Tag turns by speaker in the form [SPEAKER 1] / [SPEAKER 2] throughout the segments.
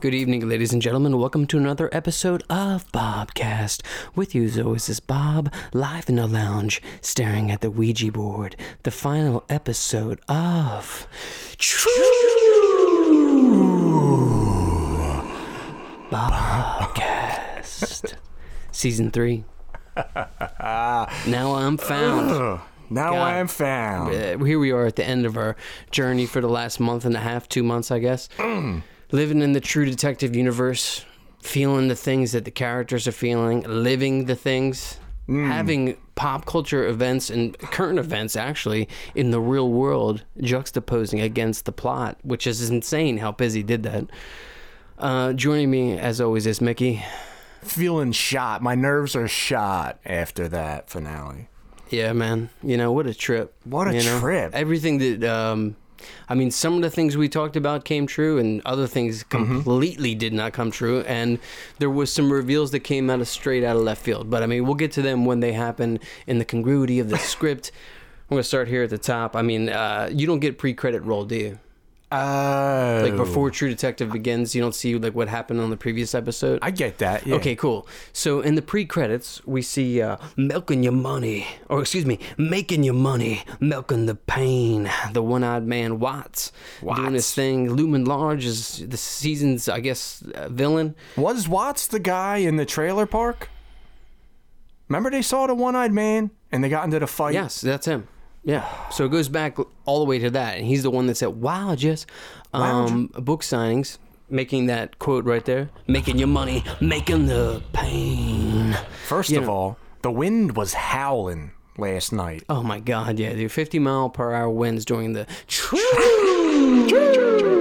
[SPEAKER 1] Good evening, ladies and gentlemen. Welcome to another episode of Bobcast. With you, as always, is Bob, live in the lounge, staring at the Ouija board. The final episode of. Bobcast. Season 3. now I'm found.
[SPEAKER 2] Ugh, now
[SPEAKER 1] God.
[SPEAKER 2] I'm found.
[SPEAKER 1] Uh, here we are at the end of our journey for the last month and a half, two months, I guess. Living in the true detective universe, feeling the things that the characters are feeling, living the things, having pop culture events and current events actually in the real world juxtaposing against the plot, which is insane how busy did that. Uh, joining me, as always, is Mickey.
[SPEAKER 2] Feeling shot. My nerves are shot after that finale.
[SPEAKER 1] Yeah, man. You know what a trip.
[SPEAKER 2] What a
[SPEAKER 1] you know?
[SPEAKER 2] trip.
[SPEAKER 1] Everything that um, I mean, some of the things we talked about came true, and other things
[SPEAKER 2] Mm-hmm.
[SPEAKER 1] completely did not come true. And there was some reveals that came out of straight out of left field. But I mean, we'll get to them when they happen in the congruity of the script. I'm gonna start here at the top. I mean, uh, you don't get pre-credit roll, do you?
[SPEAKER 2] Oh.
[SPEAKER 1] Like before True Detective begins, you don't see like what happened on the previous episode.
[SPEAKER 2] I get that. Yeah.
[SPEAKER 1] Okay, cool. So in the pre-credits, we see uh, milking your money, or excuse me, making your money, milking the pain. The one-eyed man Watts, doing his
[SPEAKER 2] Watts.
[SPEAKER 1] thing. Lumen Large is the season's, I guess, uh, villain.
[SPEAKER 2] Was Watts the guy in the trailer park? Remember they saw the one eyed man and they got into the fight?
[SPEAKER 1] Yes, that's him. Yeah. So it goes back all the way to that, and he's the one that's at Wow Jess um, book signings, making that quote right there, making your money, making the pain.
[SPEAKER 2] First of all, the wind was howling last night.
[SPEAKER 1] Oh my god, yeah, dude. 50 mile per hour winds during the true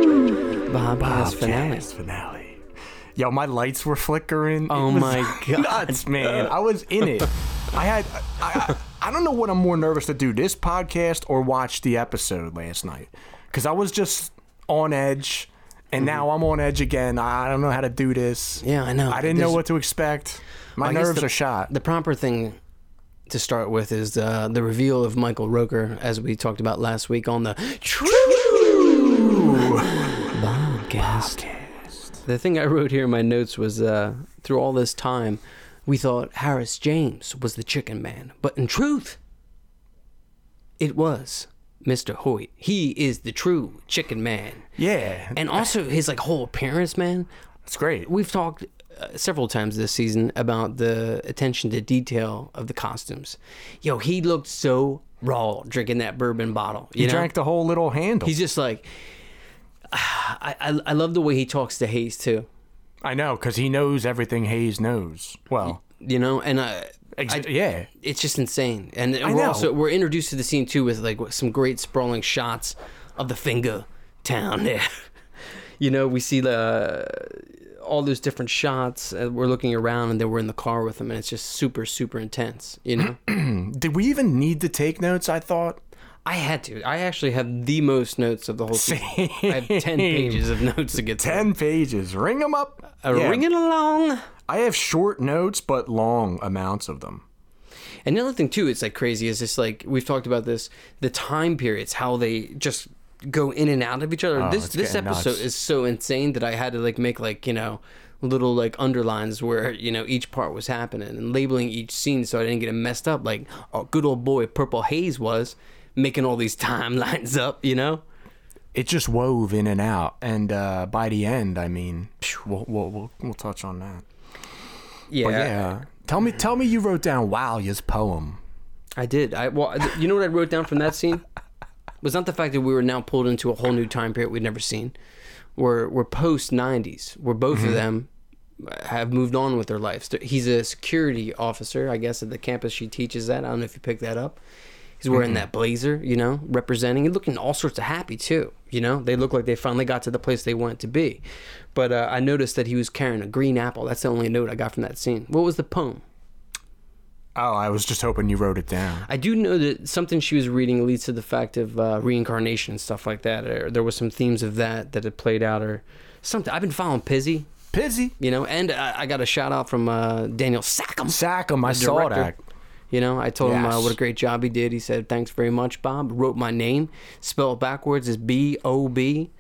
[SPEAKER 1] Bobcast finale.
[SPEAKER 2] Yes, finale. Yo, my lights were flickering.
[SPEAKER 1] Oh
[SPEAKER 2] It was
[SPEAKER 1] my God.
[SPEAKER 2] Nuts, man! I was in it. I had. I, I, I don't know what I'm more nervous to do: this podcast or watch the episode last night, because I was just on edge, and now I'm on edge again. I don't know how to do this.
[SPEAKER 1] Mm-hmm. Yeah, I know.
[SPEAKER 2] I didn't know
[SPEAKER 1] There's-
[SPEAKER 2] what to expect. My
[SPEAKER 1] I guess
[SPEAKER 2] nerves
[SPEAKER 1] the-
[SPEAKER 2] are shot.
[SPEAKER 1] The proper thing to start with is uh, the reveal of Michael Roker, as we talked about last week on the true Bobcast. The thing I wrote here in my notes was uh, through all this time, we thought Harris James was the chicken man, but in truth, it was Mr. Hoyt. He is the true chicken man.
[SPEAKER 2] Yeah,
[SPEAKER 1] And also his like whole appearance, man.
[SPEAKER 2] it's great.
[SPEAKER 1] We've talked uh, several times this season about the attention to detail of the costumes. Yo, he looked so raw drinking that bourbon bottle. You
[SPEAKER 2] He
[SPEAKER 1] know?
[SPEAKER 2] drank the whole little handle.
[SPEAKER 1] He's just like, I, I, I love the way he talks to Hayes too.
[SPEAKER 2] I know, because he knows everything Hayes knows. Well,
[SPEAKER 1] You know, and I,
[SPEAKER 2] ex-
[SPEAKER 1] I
[SPEAKER 2] yeah.
[SPEAKER 1] it's just insane. And we're
[SPEAKER 2] know.
[SPEAKER 1] also we're introduced to the scene too with like some great sprawling shots of the finger town there. you know, we see the uh, all those different shots. And we're looking around, and then we're in the car with them, and it's just super super intense. You know,
[SPEAKER 2] Did we even need to take notes? I thought.
[SPEAKER 1] I had to. I actually have the most notes of the whole season. I have ten pages of notes to get to.
[SPEAKER 2] 10 pages. Ring them up.
[SPEAKER 1] Uh,
[SPEAKER 2] Yeah.
[SPEAKER 1] Ring it along.
[SPEAKER 2] I have short notes, but long amounts of them.
[SPEAKER 1] And another thing too, it's like crazy is just like we've talked about this, the time periods, how they just go in and out of each other. this
[SPEAKER 2] Oh, it's
[SPEAKER 1] this
[SPEAKER 2] getting
[SPEAKER 1] episode
[SPEAKER 2] nuts.
[SPEAKER 1] is so insane that I had to like make like you know little like underlines where you know each part was happening and labeling each scene so I didn't get it messed up. Like our good old boy Purple Haze was making all these timelines up, you know.
[SPEAKER 2] It just wove in and out. And uh, by the end, I mean, phew, we'll, we'll, we'll, we'll touch on that.
[SPEAKER 1] Yeah,
[SPEAKER 2] But yeah. Tell me, tell me you wrote down Walia's poem.
[SPEAKER 1] I did. I well, th- you know what I wrote down from that scene was not the fact that we were now pulled into a whole new time period we'd never seen. We're we're post '90s. Where both of them uh, have moved on with their lives. Th- He's a security officer, I guess, at the campus she teaches at. I don't know if you picked that up. He's wearing that blazer, you know, representing and looking all sorts of happy too. You know, they look like they finally got to the place they wanted to be. But uh, I noticed that he was carrying a green apple. That's the only note I got from that scene. What was the poem?
[SPEAKER 2] Oh, I was just hoping you wrote it down.
[SPEAKER 1] I do know that something she was reading leads to the fact of uh, reincarnation and stuff like that. Or there was some themes of that that had played out, or something. I've been following Pizzy,
[SPEAKER 2] Pizzy.
[SPEAKER 1] you know, and uh, I, I got a shout out from uh, Daniel Sackham,
[SPEAKER 2] Sack him. I saw
[SPEAKER 1] director.
[SPEAKER 2] that.
[SPEAKER 1] You know, I told him uh,
[SPEAKER 2] Yes.
[SPEAKER 1] what a great job he did. He said, "Thanks very much, Bob." Wrote my name, spelled backwards is B O B.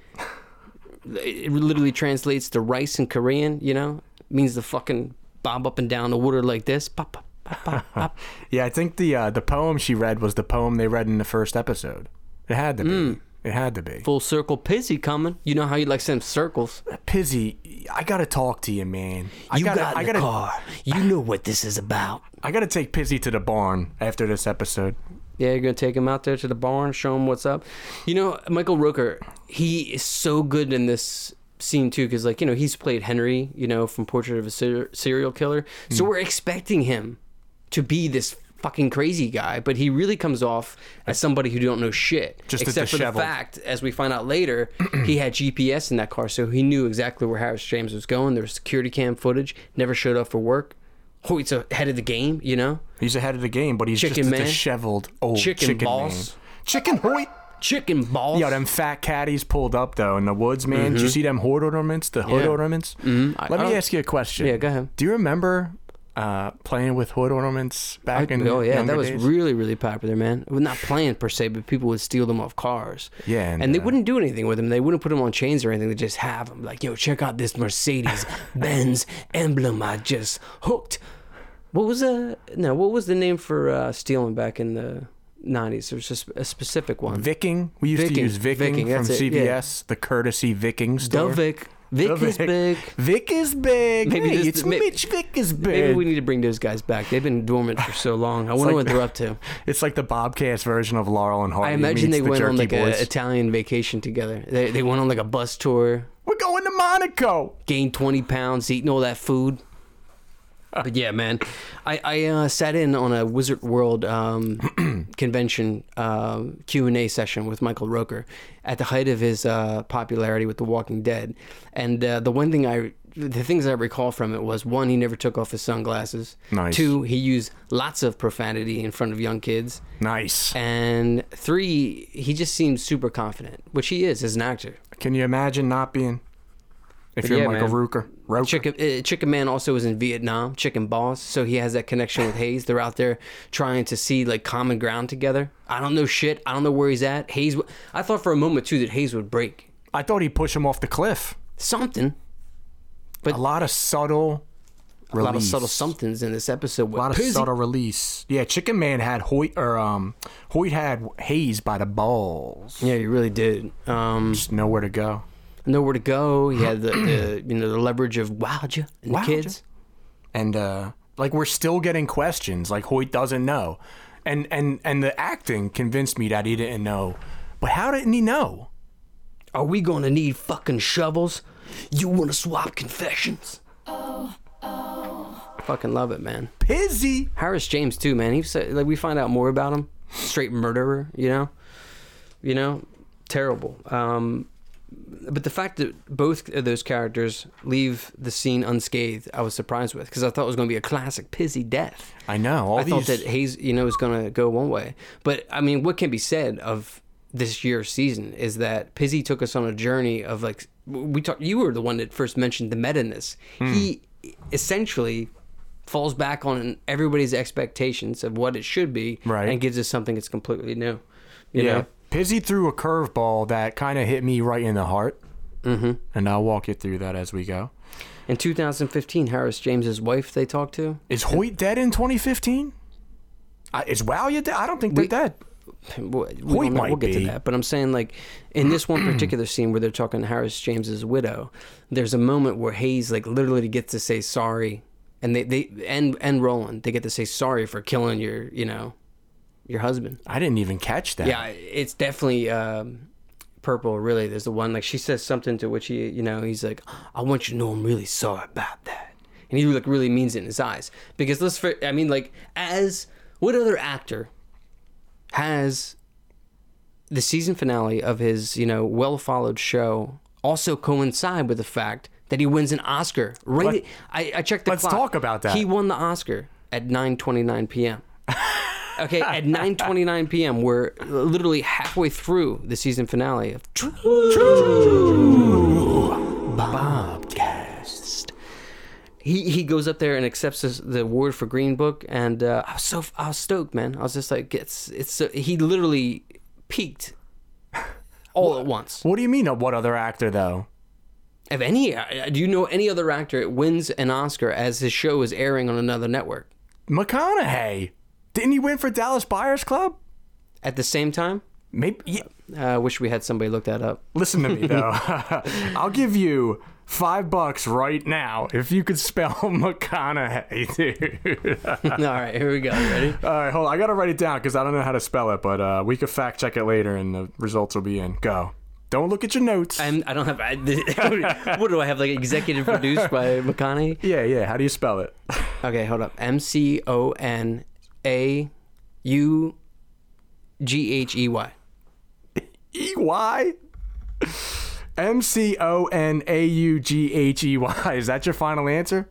[SPEAKER 1] it literally translates to rice in Korean. You know, it means the fucking bob up and down the water like this. Pop, pop, pop, pop, pop.
[SPEAKER 2] Yeah, I think the uh, the poem she read was the poem they read in the first episode. It had to be. It had to be.
[SPEAKER 1] Full circle pizzy coming. You know how you like send circles.
[SPEAKER 2] Pizzy, I gotta talk to you, man. I
[SPEAKER 1] you
[SPEAKER 2] gotta,
[SPEAKER 1] got in
[SPEAKER 2] I
[SPEAKER 1] the
[SPEAKER 2] gotta,
[SPEAKER 1] car. You know what this is about.
[SPEAKER 2] I gotta take Pizzy to the barn after this episode.
[SPEAKER 1] Yeah, you're gonna take him out there to the barn, show him what's up. You know, Michael Roker, he is so good in this scene too, because like you know he's played Henry, you know, from Portrait of a Ser- Serial Killer.
[SPEAKER 2] Mm.
[SPEAKER 1] So we're expecting him to be this fucking crazy guy, but he really comes off as somebody who don't know shit.
[SPEAKER 2] Just a
[SPEAKER 1] except for the
[SPEAKER 2] disheveled-
[SPEAKER 1] fact, as we find out later, he had GPS in that car, so he knew exactly where Harris James was going. There was security cam footage. Never showed up for work. Hoyt's ahead of the game, you know.
[SPEAKER 2] He's ahead of the game, but he's
[SPEAKER 1] Chicken
[SPEAKER 2] just a
[SPEAKER 1] man.
[SPEAKER 2] disheveled old
[SPEAKER 1] Chicken
[SPEAKER 2] chicken,
[SPEAKER 1] boss.
[SPEAKER 2] man. Chicken hoit.
[SPEAKER 1] Chicken balls.
[SPEAKER 2] Yo, them fat caddies pulled up though in the woods, man. Did you see them hood ornaments, the hood
[SPEAKER 1] Mm-hmm. Yeah. Mm-hmm.
[SPEAKER 2] ornaments?
[SPEAKER 1] I-
[SPEAKER 2] Let
[SPEAKER 1] I
[SPEAKER 2] me
[SPEAKER 1] don't-
[SPEAKER 2] ask you a question.
[SPEAKER 1] Yeah, go ahead.
[SPEAKER 2] Do you remember uh, playing with hood ornaments back in?
[SPEAKER 1] oh yeah, that
[SPEAKER 2] younger
[SPEAKER 1] was
[SPEAKER 2] days?
[SPEAKER 1] really really popular, man. Well, not playing per se, but people would steal them off cars.
[SPEAKER 2] Yeah,
[SPEAKER 1] and,
[SPEAKER 2] and,
[SPEAKER 1] they
[SPEAKER 2] uh,
[SPEAKER 1] wouldn't do anything with them. They wouldn't put them on chains or anything. They just have them. Like, yo, check out this Mercedes Benz emblem I just hooked. What was the no? What was the name for uh, stealing back in the nineties? There's just a specific one.
[SPEAKER 2] Viking. We used to
[SPEAKER 1] Viking.
[SPEAKER 2] use Viking,
[SPEAKER 1] Viking,
[SPEAKER 2] from
[SPEAKER 1] that's it,
[SPEAKER 2] CVS,
[SPEAKER 1] yeah.
[SPEAKER 2] the courtesy Viking store.
[SPEAKER 1] Dovic. Vic is
[SPEAKER 2] Dovic.
[SPEAKER 1] big.
[SPEAKER 2] Vic is big.
[SPEAKER 1] Maybe
[SPEAKER 2] Hey,
[SPEAKER 1] this-
[SPEAKER 2] it's
[SPEAKER 1] may-
[SPEAKER 2] Mitch Vic is big.
[SPEAKER 1] Maybe we need to bring those guys back. They've been dormant for so long. I wonder
[SPEAKER 2] like-
[SPEAKER 1] what they're up to.
[SPEAKER 2] It's like the Bobcats version of Laurel and Hardy.
[SPEAKER 1] I imagine
[SPEAKER 2] meets
[SPEAKER 1] they
[SPEAKER 2] the
[SPEAKER 1] went on
[SPEAKER 2] Jerky
[SPEAKER 1] like an
[SPEAKER 2] Boys.
[SPEAKER 1] Italian vacation together. They, they went on like a bus tour.
[SPEAKER 2] We're going to Monaco.
[SPEAKER 1] gained 20 pounds eating all that food. But yeah, man, I, I uh, sat in on a Wizard World um, convention uh, Q and A session with Michael Roker at the height of his uh, popularity with The Walking Dead, and uh, the one thing I, the things I recall from it was one, he never took off his sunglasses.
[SPEAKER 2] Nice.
[SPEAKER 1] Two, he used lots of profanity in front of young kids,
[SPEAKER 2] Nice.
[SPEAKER 1] and three, he just seemed super confident, which he is as an actor.
[SPEAKER 2] Can you imagine not being? If
[SPEAKER 1] But
[SPEAKER 2] you're
[SPEAKER 1] yeah,
[SPEAKER 2] Michael
[SPEAKER 1] man.
[SPEAKER 2] Rooker, Roker.
[SPEAKER 1] Chicken uh, Chicken Man also is in Vietnam. Chicken Boss, so he has that connection with Hayes. They're out there trying to see like common ground together. I don't know shit. I don't know where he's at. Hayes. w- I thought for a moment too that Hayes would break
[SPEAKER 2] I thought he'd push him off the cliff.
[SPEAKER 1] something.
[SPEAKER 2] A lot of subtle release.
[SPEAKER 1] A lot of subtle somethings in this episode. With
[SPEAKER 2] A lot of
[SPEAKER 1] Pizzy.
[SPEAKER 2] subtle release. Yeah, Chicken Man had Hoyt or um Hoyt had Hayes by the balls.
[SPEAKER 1] Yeah, he really did. Um,
[SPEAKER 2] Just nowhere to go.
[SPEAKER 1] nowhere to go. He had the, the you know the leverage of Wowja and the
[SPEAKER 2] Wowja.
[SPEAKER 1] kids.
[SPEAKER 2] And uh like we're still getting questions. Like Hoyt doesn't know. And and and the acting convinced me that he didn't know. But how didn't he know?
[SPEAKER 1] Are we gonna need fucking shovels? You wanna swap confessions? Fucking love it, man.
[SPEAKER 2] Pizzy.
[SPEAKER 1] Harris James too, man. He's uh, like we find out more about him. Straight murderer, you know. You know, terrible. Um, but the fact that both of those characters leave the scene unscathed, I was surprised with because I thought it was going to be a classic pissy death.
[SPEAKER 2] I know. All
[SPEAKER 1] I
[SPEAKER 2] these
[SPEAKER 1] thought that Hayes, you know, was going to go one way. But I mean, what can be said of this year's season is that Pizzy took us on a journey of like we talked. You were the one that first mentioned the meta ness.
[SPEAKER 2] Hmm.
[SPEAKER 1] He essentially falls back on everybody's expectations of what it should be,
[SPEAKER 2] Right.
[SPEAKER 1] and gives us something that's completely new. You
[SPEAKER 2] Yeah.
[SPEAKER 1] know?
[SPEAKER 2] Pizzy threw a curveball that kind of hit me right in the heart. Mm-hmm. And I'll walk you through that as we go.
[SPEAKER 1] In 2015, Harris James's wife they talked to.
[SPEAKER 2] Is Hoyt dead in 2015? I, is Walia dead? I don't think they're
[SPEAKER 1] We-
[SPEAKER 2] dead.
[SPEAKER 1] Well, we don't
[SPEAKER 2] Hoyt
[SPEAKER 1] know.
[SPEAKER 2] might
[SPEAKER 1] we'll get to
[SPEAKER 2] be.
[SPEAKER 1] that. But I'm saying, like, in this one particular scene where they're talking to Harris James's widow, there's a moment where Hayes, like, literally gets to say sorry, and they, they and and Roland, they get to say sorry for killing your, you know, your husband.
[SPEAKER 2] I didn't even catch that.
[SPEAKER 1] Yeah, it's definitely um, purple. Really, there's the one like she says something to which he, you know, he's like, "I want you to know I'm really sorry about that," and he like really means it in his eyes. Because let's, fr- I mean, like, as what other actor has the season finale of his, you know, well followed show also coincide with the fact that he wins an Oscar? Right, I, I checked the
[SPEAKER 2] let's
[SPEAKER 1] clock.
[SPEAKER 2] talk about that.
[SPEAKER 1] He won the Oscar at 9:29 p.m. Okay, at 9:29 p.m., we're literally halfway through the season finale of True, Bombcast. He he goes up there and accepts this, the award for Green Book, and uh, I was so I was stoked, man. I was just like, it's it's so, he literally peaked all at once.
[SPEAKER 2] What do you mean? uh, What other actor though?
[SPEAKER 1] If any, uh, do you know any other actor that wins an Oscar as his show is airing on another network
[SPEAKER 2] McConaughey. Didn't he win for Dallas Buyers Club?
[SPEAKER 1] at the same time?
[SPEAKER 2] Maybe. yeah.
[SPEAKER 1] Uh, I wish we had somebody look that up.
[SPEAKER 2] Listen to me though. I'll give you five bucks right now if you could spell McConaughey, dude.
[SPEAKER 1] All right, here we go. Ready?
[SPEAKER 2] All right, hold. on. I gotta write it down because I don't know how to spell it, but uh, we could fact check it later and the results will be in. Go. Don't look at your notes.
[SPEAKER 1] I'm, I don't have. I, what do I have? Like executive produced by McConaughey?
[SPEAKER 2] yeah, yeah. How do you spell it?
[SPEAKER 1] Okay, hold up. M C O N A U G H E Y.
[SPEAKER 2] E Y. M C O N A U G H E Y. Is that your final answer?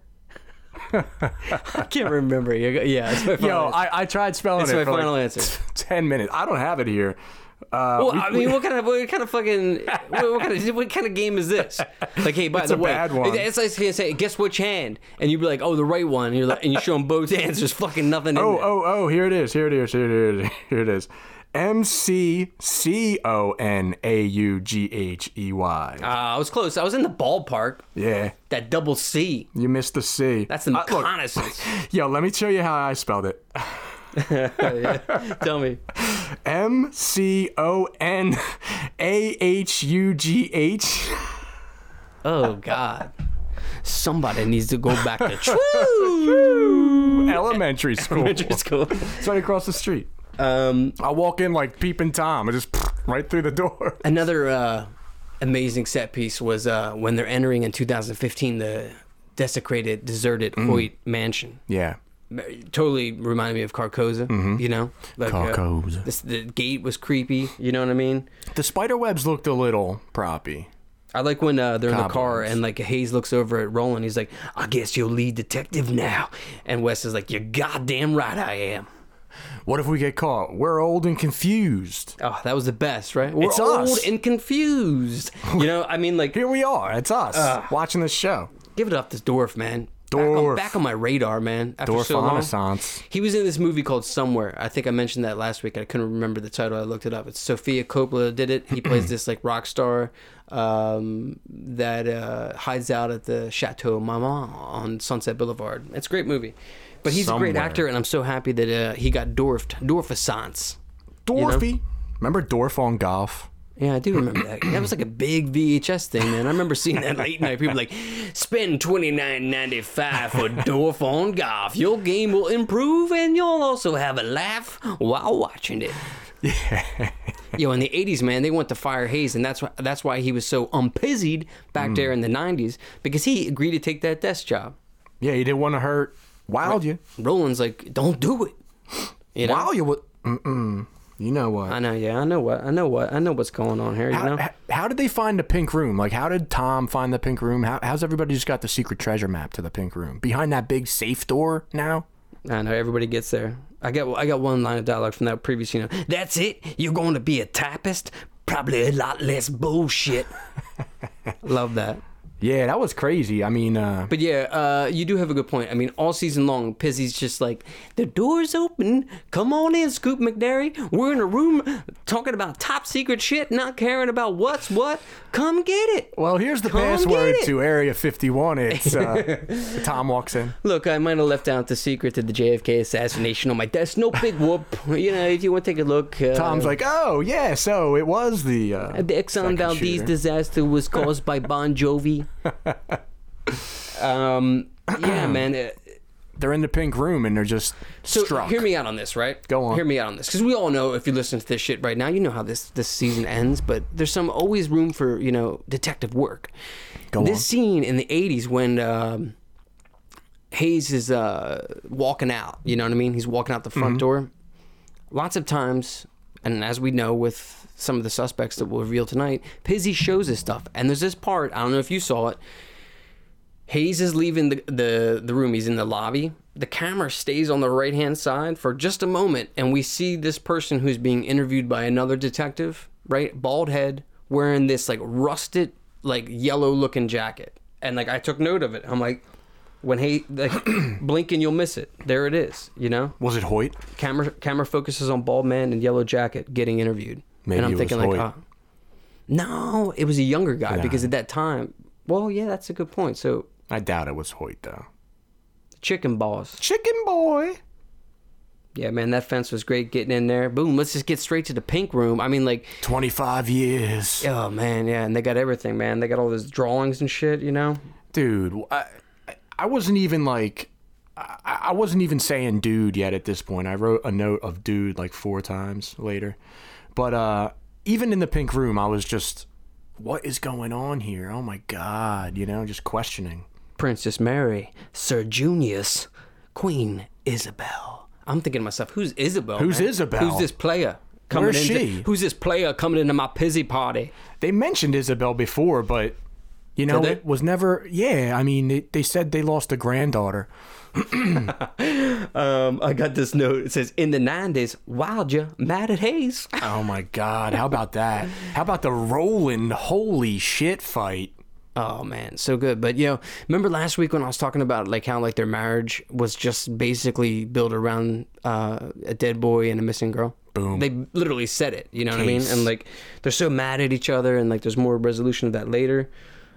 [SPEAKER 1] I can't remember. You're go- Yeah, it's my final
[SPEAKER 2] Yo,
[SPEAKER 1] answer.
[SPEAKER 2] I, I tried spelling
[SPEAKER 1] That's
[SPEAKER 2] it.
[SPEAKER 1] my
[SPEAKER 2] for like
[SPEAKER 1] final answer.
[SPEAKER 2] Ten minutes. I don't have it here. Uh,
[SPEAKER 1] Well,
[SPEAKER 2] we-
[SPEAKER 1] I mean, what kind of what kind of fucking what, what kind of what kind of game is this? Like, hey, by the
[SPEAKER 2] a
[SPEAKER 1] way,
[SPEAKER 2] bad one.
[SPEAKER 1] it's like gonna say, guess which hand, and you'd be like, oh, the right one, and you're like, and you show them both hands, there's fucking nothing. in
[SPEAKER 2] Oh,
[SPEAKER 1] there.
[SPEAKER 2] oh, oh, here it is. Here it is. Here it is. Here it is. M C C O N A U G H E
[SPEAKER 1] Uh,
[SPEAKER 2] Y.
[SPEAKER 1] I was close. I was in the ballpark.
[SPEAKER 2] Yeah,
[SPEAKER 1] That double C.
[SPEAKER 2] you missed the C.
[SPEAKER 1] That's the
[SPEAKER 2] Uh, look,
[SPEAKER 1] reconnaissance.
[SPEAKER 2] Yo, let me show you how I spelled it.
[SPEAKER 1] Tell me.
[SPEAKER 2] M C O N A H U G H.
[SPEAKER 1] Oh God. Somebody needs to go back to true
[SPEAKER 2] Elementary school.
[SPEAKER 1] elementary school.
[SPEAKER 2] It's right across the street.
[SPEAKER 1] Um,
[SPEAKER 2] I walk in like peeping Tom. I just right through the door.
[SPEAKER 1] another uh, amazing set piece was uh, when they're entering in 2015 the desecrated, deserted
[SPEAKER 2] Mm.
[SPEAKER 1] Hoyt mansion.
[SPEAKER 2] Yeah.
[SPEAKER 1] Totally reminded me of Carcosa. You know, like uh,
[SPEAKER 2] Mm-hmm. Carcosa.
[SPEAKER 1] this, the gate was creepy. You know what I mean?
[SPEAKER 2] The spider webs looked a little proppy.
[SPEAKER 1] I like when uh, they're in the car
[SPEAKER 2] Cobwebs.
[SPEAKER 1] and like Hayes looks over at Roland. He's like, "I guess you're lead detective now," and Wes is like, "You're goddamn right, I am."
[SPEAKER 2] What if we get caught? We're old and confused.
[SPEAKER 1] Oh, that was the best, right? We're
[SPEAKER 2] It's
[SPEAKER 1] old
[SPEAKER 2] us.
[SPEAKER 1] and confused. You know, I mean, like,
[SPEAKER 2] Here we are. It's us watching this show.
[SPEAKER 1] give it up to Dorf, man. Back on,
[SPEAKER 2] Dorff.
[SPEAKER 1] back on my radar, man. After
[SPEAKER 2] Dorff
[SPEAKER 1] so long.
[SPEAKER 2] Renaissance.
[SPEAKER 1] He was in this movie called Somewhere. I think I mentioned that last week. I couldn't remember the title. I looked it up. It's Sophia Coppola did it. He plays this like rock star um, that uh, hides out at the Chateau Maman on Sunset Boulevard. It's a great movie. But he's a great
[SPEAKER 2] Somewhere.
[SPEAKER 1] actor, and I'm so happy that uh, he got dwarfed. Dorfessance.
[SPEAKER 2] Dorfy. Remember Dorf on golf?
[SPEAKER 1] Yeah, I do remember that. That was like a big VHS thing, man. I remember seeing that late night. People like, spend twenty nine ninety five for Dorf on Golf. Your game will improve, and you'll also have a laugh while watching it. Yeah. Yo, in the '80s, man, they went to fire Hayes, and that's why that's why he was so umpizzied back there in the '90s because he agreed to take that desk job.
[SPEAKER 2] Yeah, you didn't want to hurt. Wild you.
[SPEAKER 1] Roland's like, don't do it. You know?
[SPEAKER 2] Wild you. What? Mm-mm. You know what?
[SPEAKER 1] I know. Yeah, I know what I know what I know what's going on here. You
[SPEAKER 2] how,
[SPEAKER 1] know.
[SPEAKER 2] h- how did they find the pink room? Like, how did Tom find the pink room? How, how's everybody just got the secret treasure map to the pink room behind that big safe door now?
[SPEAKER 1] I know everybody gets there. I got I got one line of dialogue from that previous, you know. That's it. You're going to be a typist. Probably a lot less bullshit. Love that.
[SPEAKER 2] Yeah, that was crazy. I mean, uh,
[SPEAKER 1] But yeah, uh, you do have a good point. I mean, all season long, Pizzy's just like, the door's open. Come on in, Scoop McNairy. We're in a room talking about top secret shit, not caring about what's what. Come get it.
[SPEAKER 2] well, here's the
[SPEAKER 1] Come get
[SPEAKER 2] password
[SPEAKER 1] it.
[SPEAKER 2] to Area 51. It's uh, Tom walks in.
[SPEAKER 1] Look, I might have left out the secret to the JFK assassination on my desk. No big whoop. You know, if you want to take a look. Uh,
[SPEAKER 2] Tom's like, oh yeah, so it was the uh,
[SPEAKER 1] The Exxon
[SPEAKER 2] second
[SPEAKER 1] Valdez
[SPEAKER 2] shooter."
[SPEAKER 1] disaster was caused by Bon Jovi. um, yeah, man. uh,
[SPEAKER 2] They're in the pink room and they're just
[SPEAKER 1] So
[SPEAKER 2] struck.
[SPEAKER 1] hear me out on this, right?
[SPEAKER 2] Go on.
[SPEAKER 1] Hear me out on this, because we all know if you listen to this shit right now, you know how this this season ends. But there's some always room for you know detective work.
[SPEAKER 2] Go
[SPEAKER 1] this
[SPEAKER 2] on.
[SPEAKER 1] scene in the '80s when. Um, Hayes is uh, walking out. You know what I mean? He's walking out the
[SPEAKER 2] Mm-hmm.
[SPEAKER 1] front door. Lots of times, and as we know with some of the suspects that we'll reveal tonight, Pizzy shows his stuff. And there's this part, I don't know if you saw it. Hayes is leaving the, the, the room. He's in the lobby. The camera stays on the right hand side for just a moment, and we see this person who's being interviewed by another detective, right? Bald head, wearing this like rusted, like yellow looking jacket. And like I took note of it. I'm like, when he like blink and you'll miss it. There it is. You know,
[SPEAKER 2] Was it Hoyt?
[SPEAKER 1] camera camera focuses on bald man in yellow jacket getting interviewed,
[SPEAKER 2] Maybe
[SPEAKER 1] and I'm uh,
[SPEAKER 2] it was
[SPEAKER 1] thinking like,
[SPEAKER 2] Hoyt.
[SPEAKER 1] "Ah." no, it was a younger guy because at that time Well, yeah, that's a good point. So
[SPEAKER 2] I doubt it was Hoyt though.
[SPEAKER 1] chicken balls.
[SPEAKER 2] Chicken boy.
[SPEAKER 1] Yeah, man, that fence was great getting in there. Boom, let's just get straight to the pink room. I mean, like,
[SPEAKER 2] Twenty five years,
[SPEAKER 1] oh man, yeah, and they got everything, man. They got all those drawings and shit, you know.
[SPEAKER 2] dude. I I- I wasn't even like. I I wasn't even saying dude yet at this point. I wrote a note of dude like four times later. But uh, even in the pink room, I was just, what is going on here? Oh my God. You know, just questioning.
[SPEAKER 1] Princess Mary, Sir Junius, Queen Isabel. I'm thinking to myself, who's Isabel?
[SPEAKER 2] Who's
[SPEAKER 1] man?
[SPEAKER 2] Isabel?
[SPEAKER 1] Who's this player coming
[SPEAKER 2] Where's
[SPEAKER 1] into?
[SPEAKER 2] she?
[SPEAKER 1] Who's this player coming into my pizzy party?
[SPEAKER 2] They mentioned Isabel before, but you know,
[SPEAKER 1] Did they?
[SPEAKER 2] it was never. Yeah, I mean, they, they said they lost a granddaughter.
[SPEAKER 1] Um, I got this note. It says, "In the '90s, Wilder mad at Hayes."
[SPEAKER 2] Oh my God! How about that? How about the Roland holy shit fight?
[SPEAKER 1] Oh man, so good. But you know, remember last week when I was talking about like how like their marriage was just basically built around uh, a dead boy and a missing girl.
[SPEAKER 2] Boom.
[SPEAKER 1] They literally said it. You know what I mean?
[SPEAKER 2] Case.
[SPEAKER 1] And like they're so mad at each other, and like there's more resolution of that later.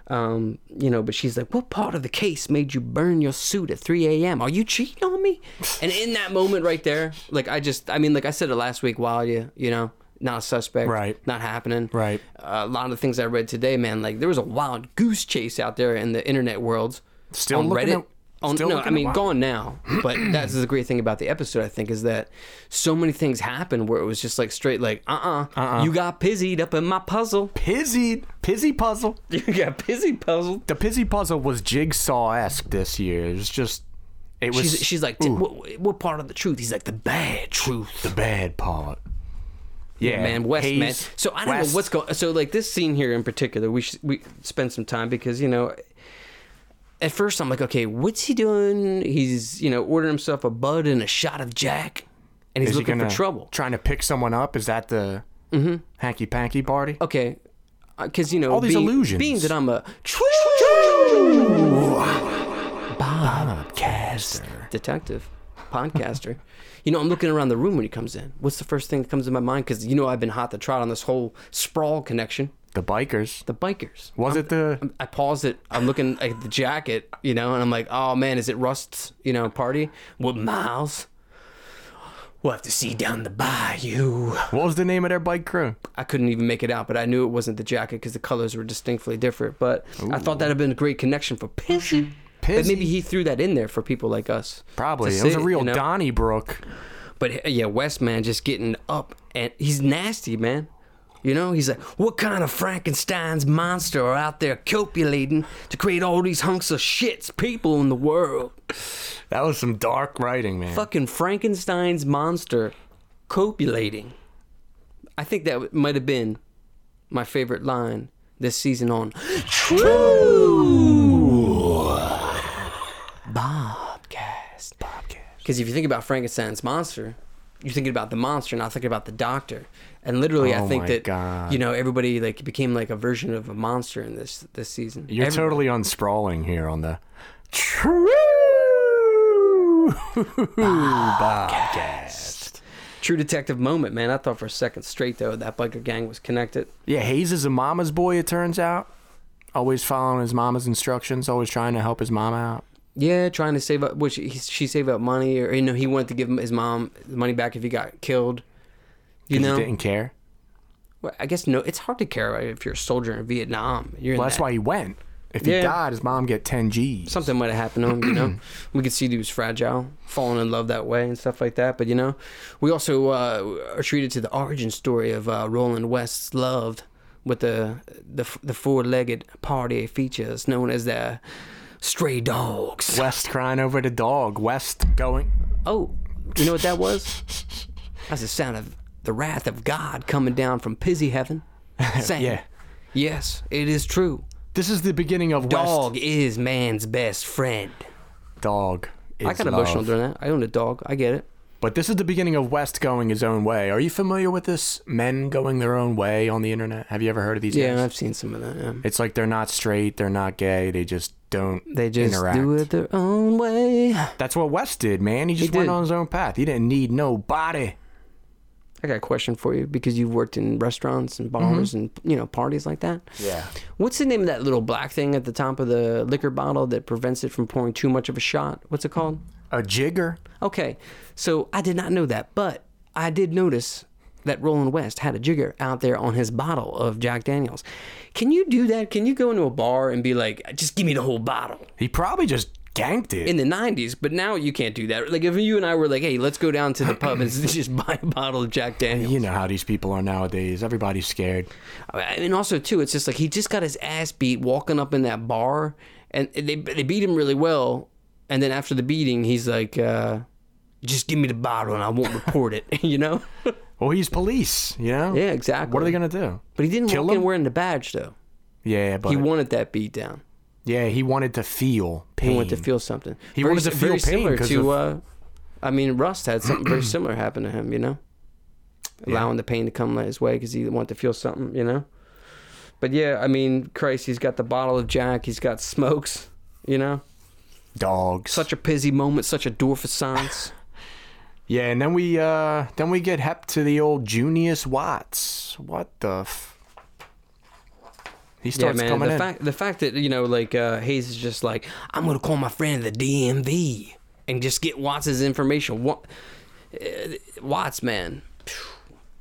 [SPEAKER 1] Um, you know, but she's like, "What part of the case made you burn your suit at 3 a.m.? Are you cheating on me?" and in that moment right there, like I just, I mean, like I said it last week, while you, you know, not a suspect,
[SPEAKER 2] Right.
[SPEAKER 1] Not happening,
[SPEAKER 2] Right.
[SPEAKER 1] Uh, a lot of the things I read today, man, like there was a wild goose chase out there in the internet world.
[SPEAKER 2] Still
[SPEAKER 1] on
[SPEAKER 2] looking
[SPEAKER 1] Reddit.
[SPEAKER 2] at-
[SPEAKER 1] on,
[SPEAKER 2] still
[SPEAKER 1] no,
[SPEAKER 2] looking
[SPEAKER 1] I
[SPEAKER 2] at
[SPEAKER 1] mean
[SPEAKER 2] wild-
[SPEAKER 1] gone now. But that's the great thing about the episode, I think, is that so many things happened where it was just like straight, like, uh uh
[SPEAKER 2] Uh-uh.
[SPEAKER 1] you got pizzied up in my puzzle.
[SPEAKER 2] Pizzy, pizzy puzzle.
[SPEAKER 1] You got pizzy puzzled.
[SPEAKER 2] The pizzy puzzle was jigsaw esque this year. It was just, it was
[SPEAKER 1] She's, she's like, what, what part of the truth? He's like, the bad truth.
[SPEAKER 2] the bad part. Yeah,
[SPEAKER 1] man, West man.
[SPEAKER 2] Hayes,
[SPEAKER 1] So I don't
[SPEAKER 2] West.
[SPEAKER 1] know what's going. So like this scene here in particular, we should we spend some time because you know, at first I'm like, okay, what's he doing? He's you know ordering himself a bud and a shot of Jack, and he's
[SPEAKER 2] Is he
[SPEAKER 1] looking
[SPEAKER 2] gonna-
[SPEAKER 1] for trouble. Mm-hmm.
[SPEAKER 2] Trying to pick someone up. Is that the hanky panky party?
[SPEAKER 1] Okay, because you know
[SPEAKER 2] All these
[SPEAKER 1] being,
[SPEAKER 2] illusions.
[SPEAKER 1] being that I'm a Bob
[SPEAKER 2] Caster.
[SPEAKER 1] detective, podcaster. You know, I'm looking around the room when he comes in. What's the first thing that comes in my mind? Because you know I've been hot to trot on this whole sprawl connection.
[SPEAKER 2] The bikers.
[SPEAKER 1] The bikers.
[SPEAKER 2] Was it the?
[SPEAKER 1] I paused it. I'm looking at the jacket, you know, and I'm like, oh man, is it Rust's, you know, party? What miles? We'll have to see down the bayou.
[SPEAKER 2] What was the name of their bike crew?
[SPEAKER 1] I couldn't even make it out, but I knew it wasn't the jacket because the colors were distinctly different. But I thought that'd have been a great connection for Pizzy. But
[SPEAKER 2] Pizzy.
[SPEAKER 1] maybe he threw that in there for people like us.
[SPEAKER 2] Probably.
[SPEAKER 1] to
[SPEAKER 2] It was
[SPEAKER 1] see,
[SPEAKER 2] a real
[SPEAKER 1] you know?
[SPEAKER 2] Donnybrook.
[SPEAKER 1] But uh, yeah, Westman just getting up and he's nasty, man. You know, he's like, what kind of Frankenstein's monster are out there copulating to create all these hunks of shits people in the world?
[SPEAKER 2] That was some dark writing, man.
[SPEAKER 1] Fucking Frankenstein's monster copulating. I think that might have been my favorite line this season on True Bobcast. Because if you think about Frankenstein's monster, you're thinking about the monster, not thinking about the doctor. And literally, I
[SPEAKER 2] Oh
[SPEAKER 1] think
[SPEAKER 2] my
[SPEAKER 1] that
[SPEAKER 2] God.
[SPEAKER 1] you know everybody like became like a version of a monster in this this season.
[SPEAKER 2] You're
[SPEAKER 1] Every-
[SPEAKER 2] totally unsprawling here on the true podcast.
[SPEAKER 1] True detective moment, man. I thought for a second straight though that biker gang was connected.
[SPEAKER 2] Yeah, Hayes is a mama's boy. It turns out, always following his mama's instructions, always trying to help his mama out.
[SPEAKER 1] Yeah, trying to save up. Which he, she saved up money, or you know, he wanted to give him- his mom the money back if he got killed. You
[SPEAKER 2] 'cause
[SPEAKER 1] know,
[SPEAKER 2] he didn't care.
[SPEAKER 1] Well, I guess no. It's hard to care if you're a soldier in Vietnam. You're in
[SPEAKER 2] Well, that's
[SPEAKER 1] that.
[SPEAKER 2] why he went. If he
[SPEAKER 1] Yeah.
[SPEAKER 2] died, his mom get ten G's.
[SPEAKER 1] something might have happened to him. You know, we could see that he was fragile, falling in love that way and stuff like that. But you know, we also uh, are treated to the origin story of uh, Roland West's love with the the, the four legged party features known as the stray dogs.
[SPEAKER 2] West crying over the dog. West going.
[SPEAKER 1] Oh, you know what that was? That's the sound of the wrath of God coming down from pizzy heaven. Saying,
[SPEAKER 2] Yeah.
[SPEAKER 1] Yes, it is true.
[SPEAKER 2] This is the beginning of
[SPEAKER 1] Dog is man's best friend.
[SPEAKER 2] West. Dog. Is
[SPEAKER 1] I got
[SPEAKER 2] love.
[SPEAKER 1] emotional during that. I own a dog. I get it.
[SPEAKER 2] But this is the beginning of West going his own way. Are you familiar with this men going their own way on the internet? Have you ever heard of these
[SPEAKER 1] Yeah,
[SPEAKER 2] guys?
[SPEAKER 1] I've seen some of that. Yeah.
[SPEAKER 2] It's like they're not straight, they're not gay, they just don't
[SPEAKER 1] They just
[SPEAKER 2] interact.
[SPEAKER 1] do it their own way. I
[SPEAKER 2] That's what West did, man. He just
[SPEAKER 1] He
[SPEAKER 2] went
[SPEAKER 1] did.
[SPEAKER 2] on his own path. He didn't need nobody.
[SPEAKER 1] I got a question for you because you've worked in restaurants and bars and you know parties like that.
[SPEAKER 2] Mm-hmm. Yeah.
[SPEAKER 1] What's the name of that little black thing at the top of the liquor bottle that prevents it from pouring too much of a shot? What's it called?
[SPEAKER 2] A jigger?
[SPEAKER 1] Okay, so I did not know that, but I did notice that Roland West had a jigger out there on his bottle of Jack Daniels. Can you do that? Can you go into a bar and be like, just give me the whole bottle?
[SPEAKER 2] He probably just ganked it.
[SPEAKER 1] In the 90s, but now you can't do that. Like, if you and I were like, hey, let's go down to the pub and just buy a bottle of Jack Daniels.
[SPEAKER 2] you know how these people are nowadays. Everybody's scared.
[SPEAKER 1] And also too, it's just like he just got his ass beat walking up in that bar, and they they beat him really well. And then after the beating, he's like, uh, "Just give me the bottle, and I won't report it." you know?
[SPEAKER 2] Well, he's police, you know?
[SPEAKER 1] yeah, exactly.
[SPEAKER 2] What are they going to do?
[SPEAKER 1] But he didn't
[SPEAKER 2] Kill
[SPEAKER 1] walk in
[SPEAKER 2] him?
[SPEAKER 1] wearing the badge though.
[SPEAKER 2] Yeah, but
[SPEAKER 1] He wanted that beat down.
[SPEAKER 2] yeah, he wanted to feel pain.
[SPEAKER 1] He wanted to feel something.
[SPEAKER 2] He wanted to
[SPEAKER 1] s-
[SPEAKER 2] feel
[SPEAKER 1] very
[SPEAKER 2] pain
[SPEAKER 1] similar
[SPEAKER 2] 'cause
[SPEAKER 1] to. Uh, I mean, Rust had something very similar happen to him. You know, allowing the pain to come his way because he wanted to feel something. You know, but yeah, I mean, Christ, he's got the bottle of Jack. He's got smokes. You know,
[SPEAKER 2] dogs.
[SPEAKER 1] such a pizzy moment, such a door for science.
[SPEAKER 2] yeah, and then we uh then we get hep to the old Junius Watts. What the f- He
[SPEAKER 1] yeah,
[SPEAKER 2] starts
[SPEAKER 1] man.
[SPEAKER 2] coming
[SPEAKER 1] The
[SPEAKER 2] in.
[SPEAKER 1] fact, the fact that you know, like uh, Hayes is just like, I'm gonna call my friend the DMV and just get Watts's information. What, Watts, man.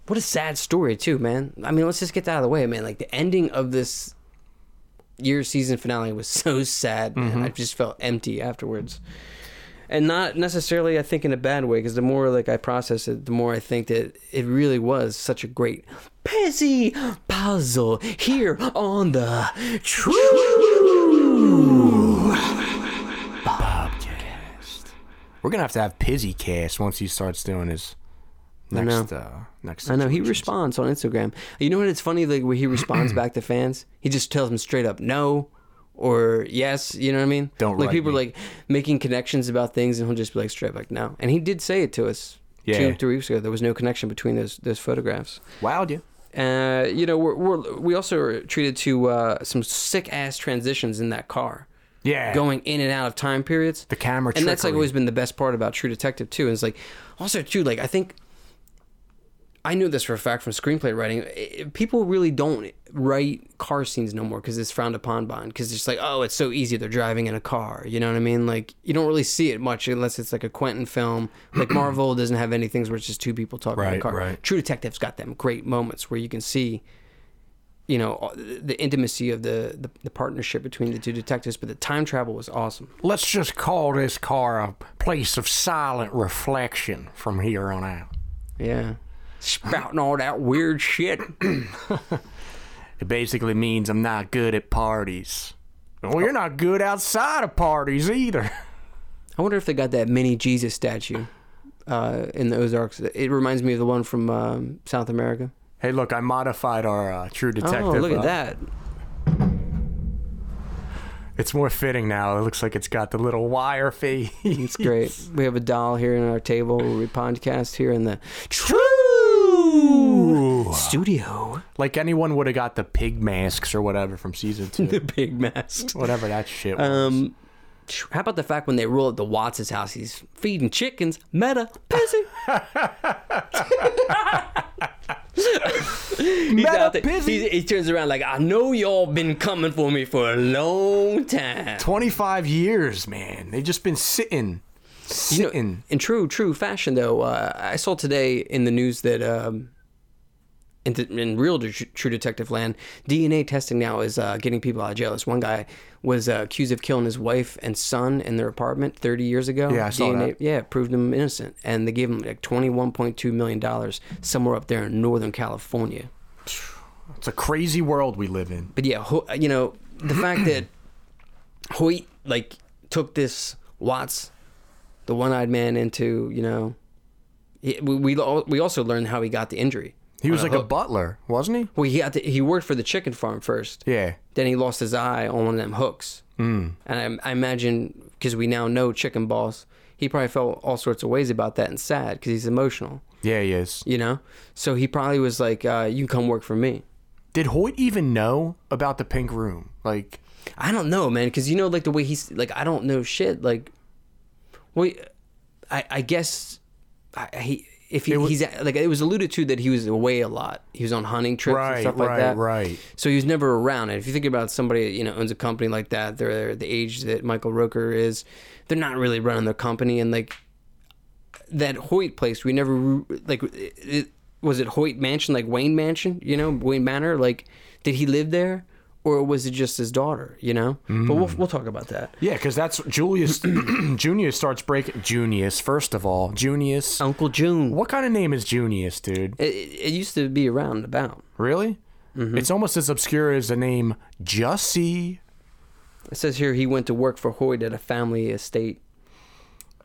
[SPEAKER 1] What a sad story, too, man. I mean, let's just get that out of the way, man. Like the ending of this year's season finale was so sad,
[SPEAKER 2] Mm-hmm.
[SPEAKER 1] man. I just felt empty afterwards, and not necessarily, I think, in a bad way. Because the more like I process it, the more I think that it really was such a great pissy puzzle here on the true.
[SPEAKER 2] We're going to have to have Pizzy cast once he starts doing his next uh next
[SPEAKER 1] I know he
[SPEAKER 2] situation.
[SPEAKER 1] responds on Instagram. You know what? It's funny, like when he responds back to fans, he just tells them straight up no or yes. You know what I mean?
[SPEAKER 2] Don't
[SPEAKER 1] like
[SPEAKER 2] write
[SPEAKER 1] people
[SPEAKER 2] me.
[SPEAKER 1] like making connections about things, and he'll just be like straight up like no. And he did say it to us
[SPEAKER 2] Yeah.
[SPEAKER 1] two, three weeks ago. There was no connection between those those photographs.
[SPEAKER 2] Wowed you.
[SPEAKER 1] Uh, you know, we're, we're we also are treated to uh, some sick ass transitions in that car.
[SPEAKER 2] Yeah.
[SPEAKER 1] Going in and out of time periods.
[SPEAKER 2] Eh. The camera
[SPEAKER 1] And that's like
[SPEAKER 2] trickery.
[SPEAKER 1] always been the best part about True Detective too. Is like also too like I think I knew this for a fact from screenplay writing. I- People really don't write car scenes no more because it's frowned upon by because it's like oh it's so easy they're driving in a car. You know what I mean? Like you don't really see it much unless it's like a Quentin film. Like Marvel doesn't have any things where it's just two people talking in a
[SPEAKER 2] Right,
[SPEAKER 1] car.
[SPEAKER 2] right.
[SPEAKER 1] True Detective's got them great moments where you can see you know the intimacy of the, the the partnership between the two detectives but the time travel was awesome
[SPEAKER 2] Let's just call this car a place of silent reflection from here on out.
[SPEAKER 1] yeah spouting all that weird shit
[SPEAKER 2] It basically means I'm not good at parties. Well, you're not good outside of parties either.
[SPEAKER 1] i wonder if they got that mini jesus statue uh, in the ozarks it reminds me of the one from um, south america
[SPEAKER 2] Hey, look, I modified our uh, True Detective.
[SPEAKER 1] oh look
[SPEAKER 2] uh,
[SPEAKER 1] at that
[SPEAKER 2] It's more fitting now. It looks like it's got the little wire face.
[SPEAKER 1] it's great we have a doll here in our table where we podcast here in the true studio
[SPEAKER 2] like anyone would have got the pig masks or whatever from season two.
[SPEAKER 1] big masks
[SPEAKER 2] whatever that shit was.
[SPEAKER 1] Um, how about the fact when they roll up to Watts' house, he's feeding chickens, meta, pissy. he's
[SPEAKER 2] Meta
[SPEAKER 1] out there,
[SPEAKER 2] pissy.
[SPEAKER 1] he's- he turns around like, I know y'all been coming for me for a long time.
[SPEAKER 2] 25 years, man. They've just been sitting.
[SPEAKER 1] You know,
[SPEAKER 2] Sitting.
[SPEAKER 1] in true, true fashion, though, uh, I saw today in the news that um, in, th- in real de- True Detective land, DNA testing now is uh, getting people out of jail. This one guy was uh, accused of killing his wife and son in their apartment 30 years ago.
[SPEAKER 2] Yeah, I saw
[SPEAKER 1] DNA,
[SPEAKER 2] that.
[SPEAKER 1] Yeah, proved him innocent, and they gave him like 21.2 million dollars somewhere up there in Northern California.
[SPEAKER 2] it's a crazy world we live in.
[SPEAKER 1] But yeah, Ho- you know the fact that Hoyt like took this Watts, the one-eyed man, into you know, he, we we al- we also learned how he got the injury.
[SPEAKER 2] He was like a butler, wasn't he?
[SPEAKER 1] Well, he had to, he worked for the chicken farm first.
[SPEAKER 2] Yeah.
[SPEAKER 1] Then he lost his eye on one of them hooks. Mm. And I, I imagine because we now know chicken balls, he probably felt all sorts of ways about that and sad because he's emotional.
[SPEAKER 2] Yeah, he is.
[SPEAKER 1] You know, so he probably was like, uh, "You can come work for me."
[SPEAKER 2] Did Hoyt even know about the pink room? Like,
[SPEAKER 1] I don't know, man, because you know, like the way he's like, I don't know shit. Like, well, I, I guess I, he if he,
[SPEAKER 2] It wa-
[SPEAKER 1] he's like it was alluded to that he was away a lot. He was on hunting trips and
[SPEAKER 2] Right,
[SPEAKER 1] stuff like
[SPEAKER 2] right,
[SPEAKER 1] that.
[SPEAKER 2] right.
[SPEAKER 1] So he was never around. And if you think about somebody that, you know owns a company like that, they're the age that Michael Roker is. They're not really running their company, and like that Hoyt place, we never re- like it, it- was it Hoyt Mansion, like Wayne Mansion, you know, Wayne Manor. Like, did he live there, or was it just his daughter? You know, but we'll we'll talk about that.
[SPEAKER 2] Yeah, because that's Julius. Junius starts breaking. Junius, first of all, Junius.
[SPEAKER 1] Uncle June.
[SPEAKER 2] What kind of name is Junius, dude?
[SPEAKER 1] It, it it used to be around and about.
[SPEAKER 2] Really? It's almost as obscure as the name Jussie.
[SPEAKER 1] It says here he went to work for Hoyt at a family estate.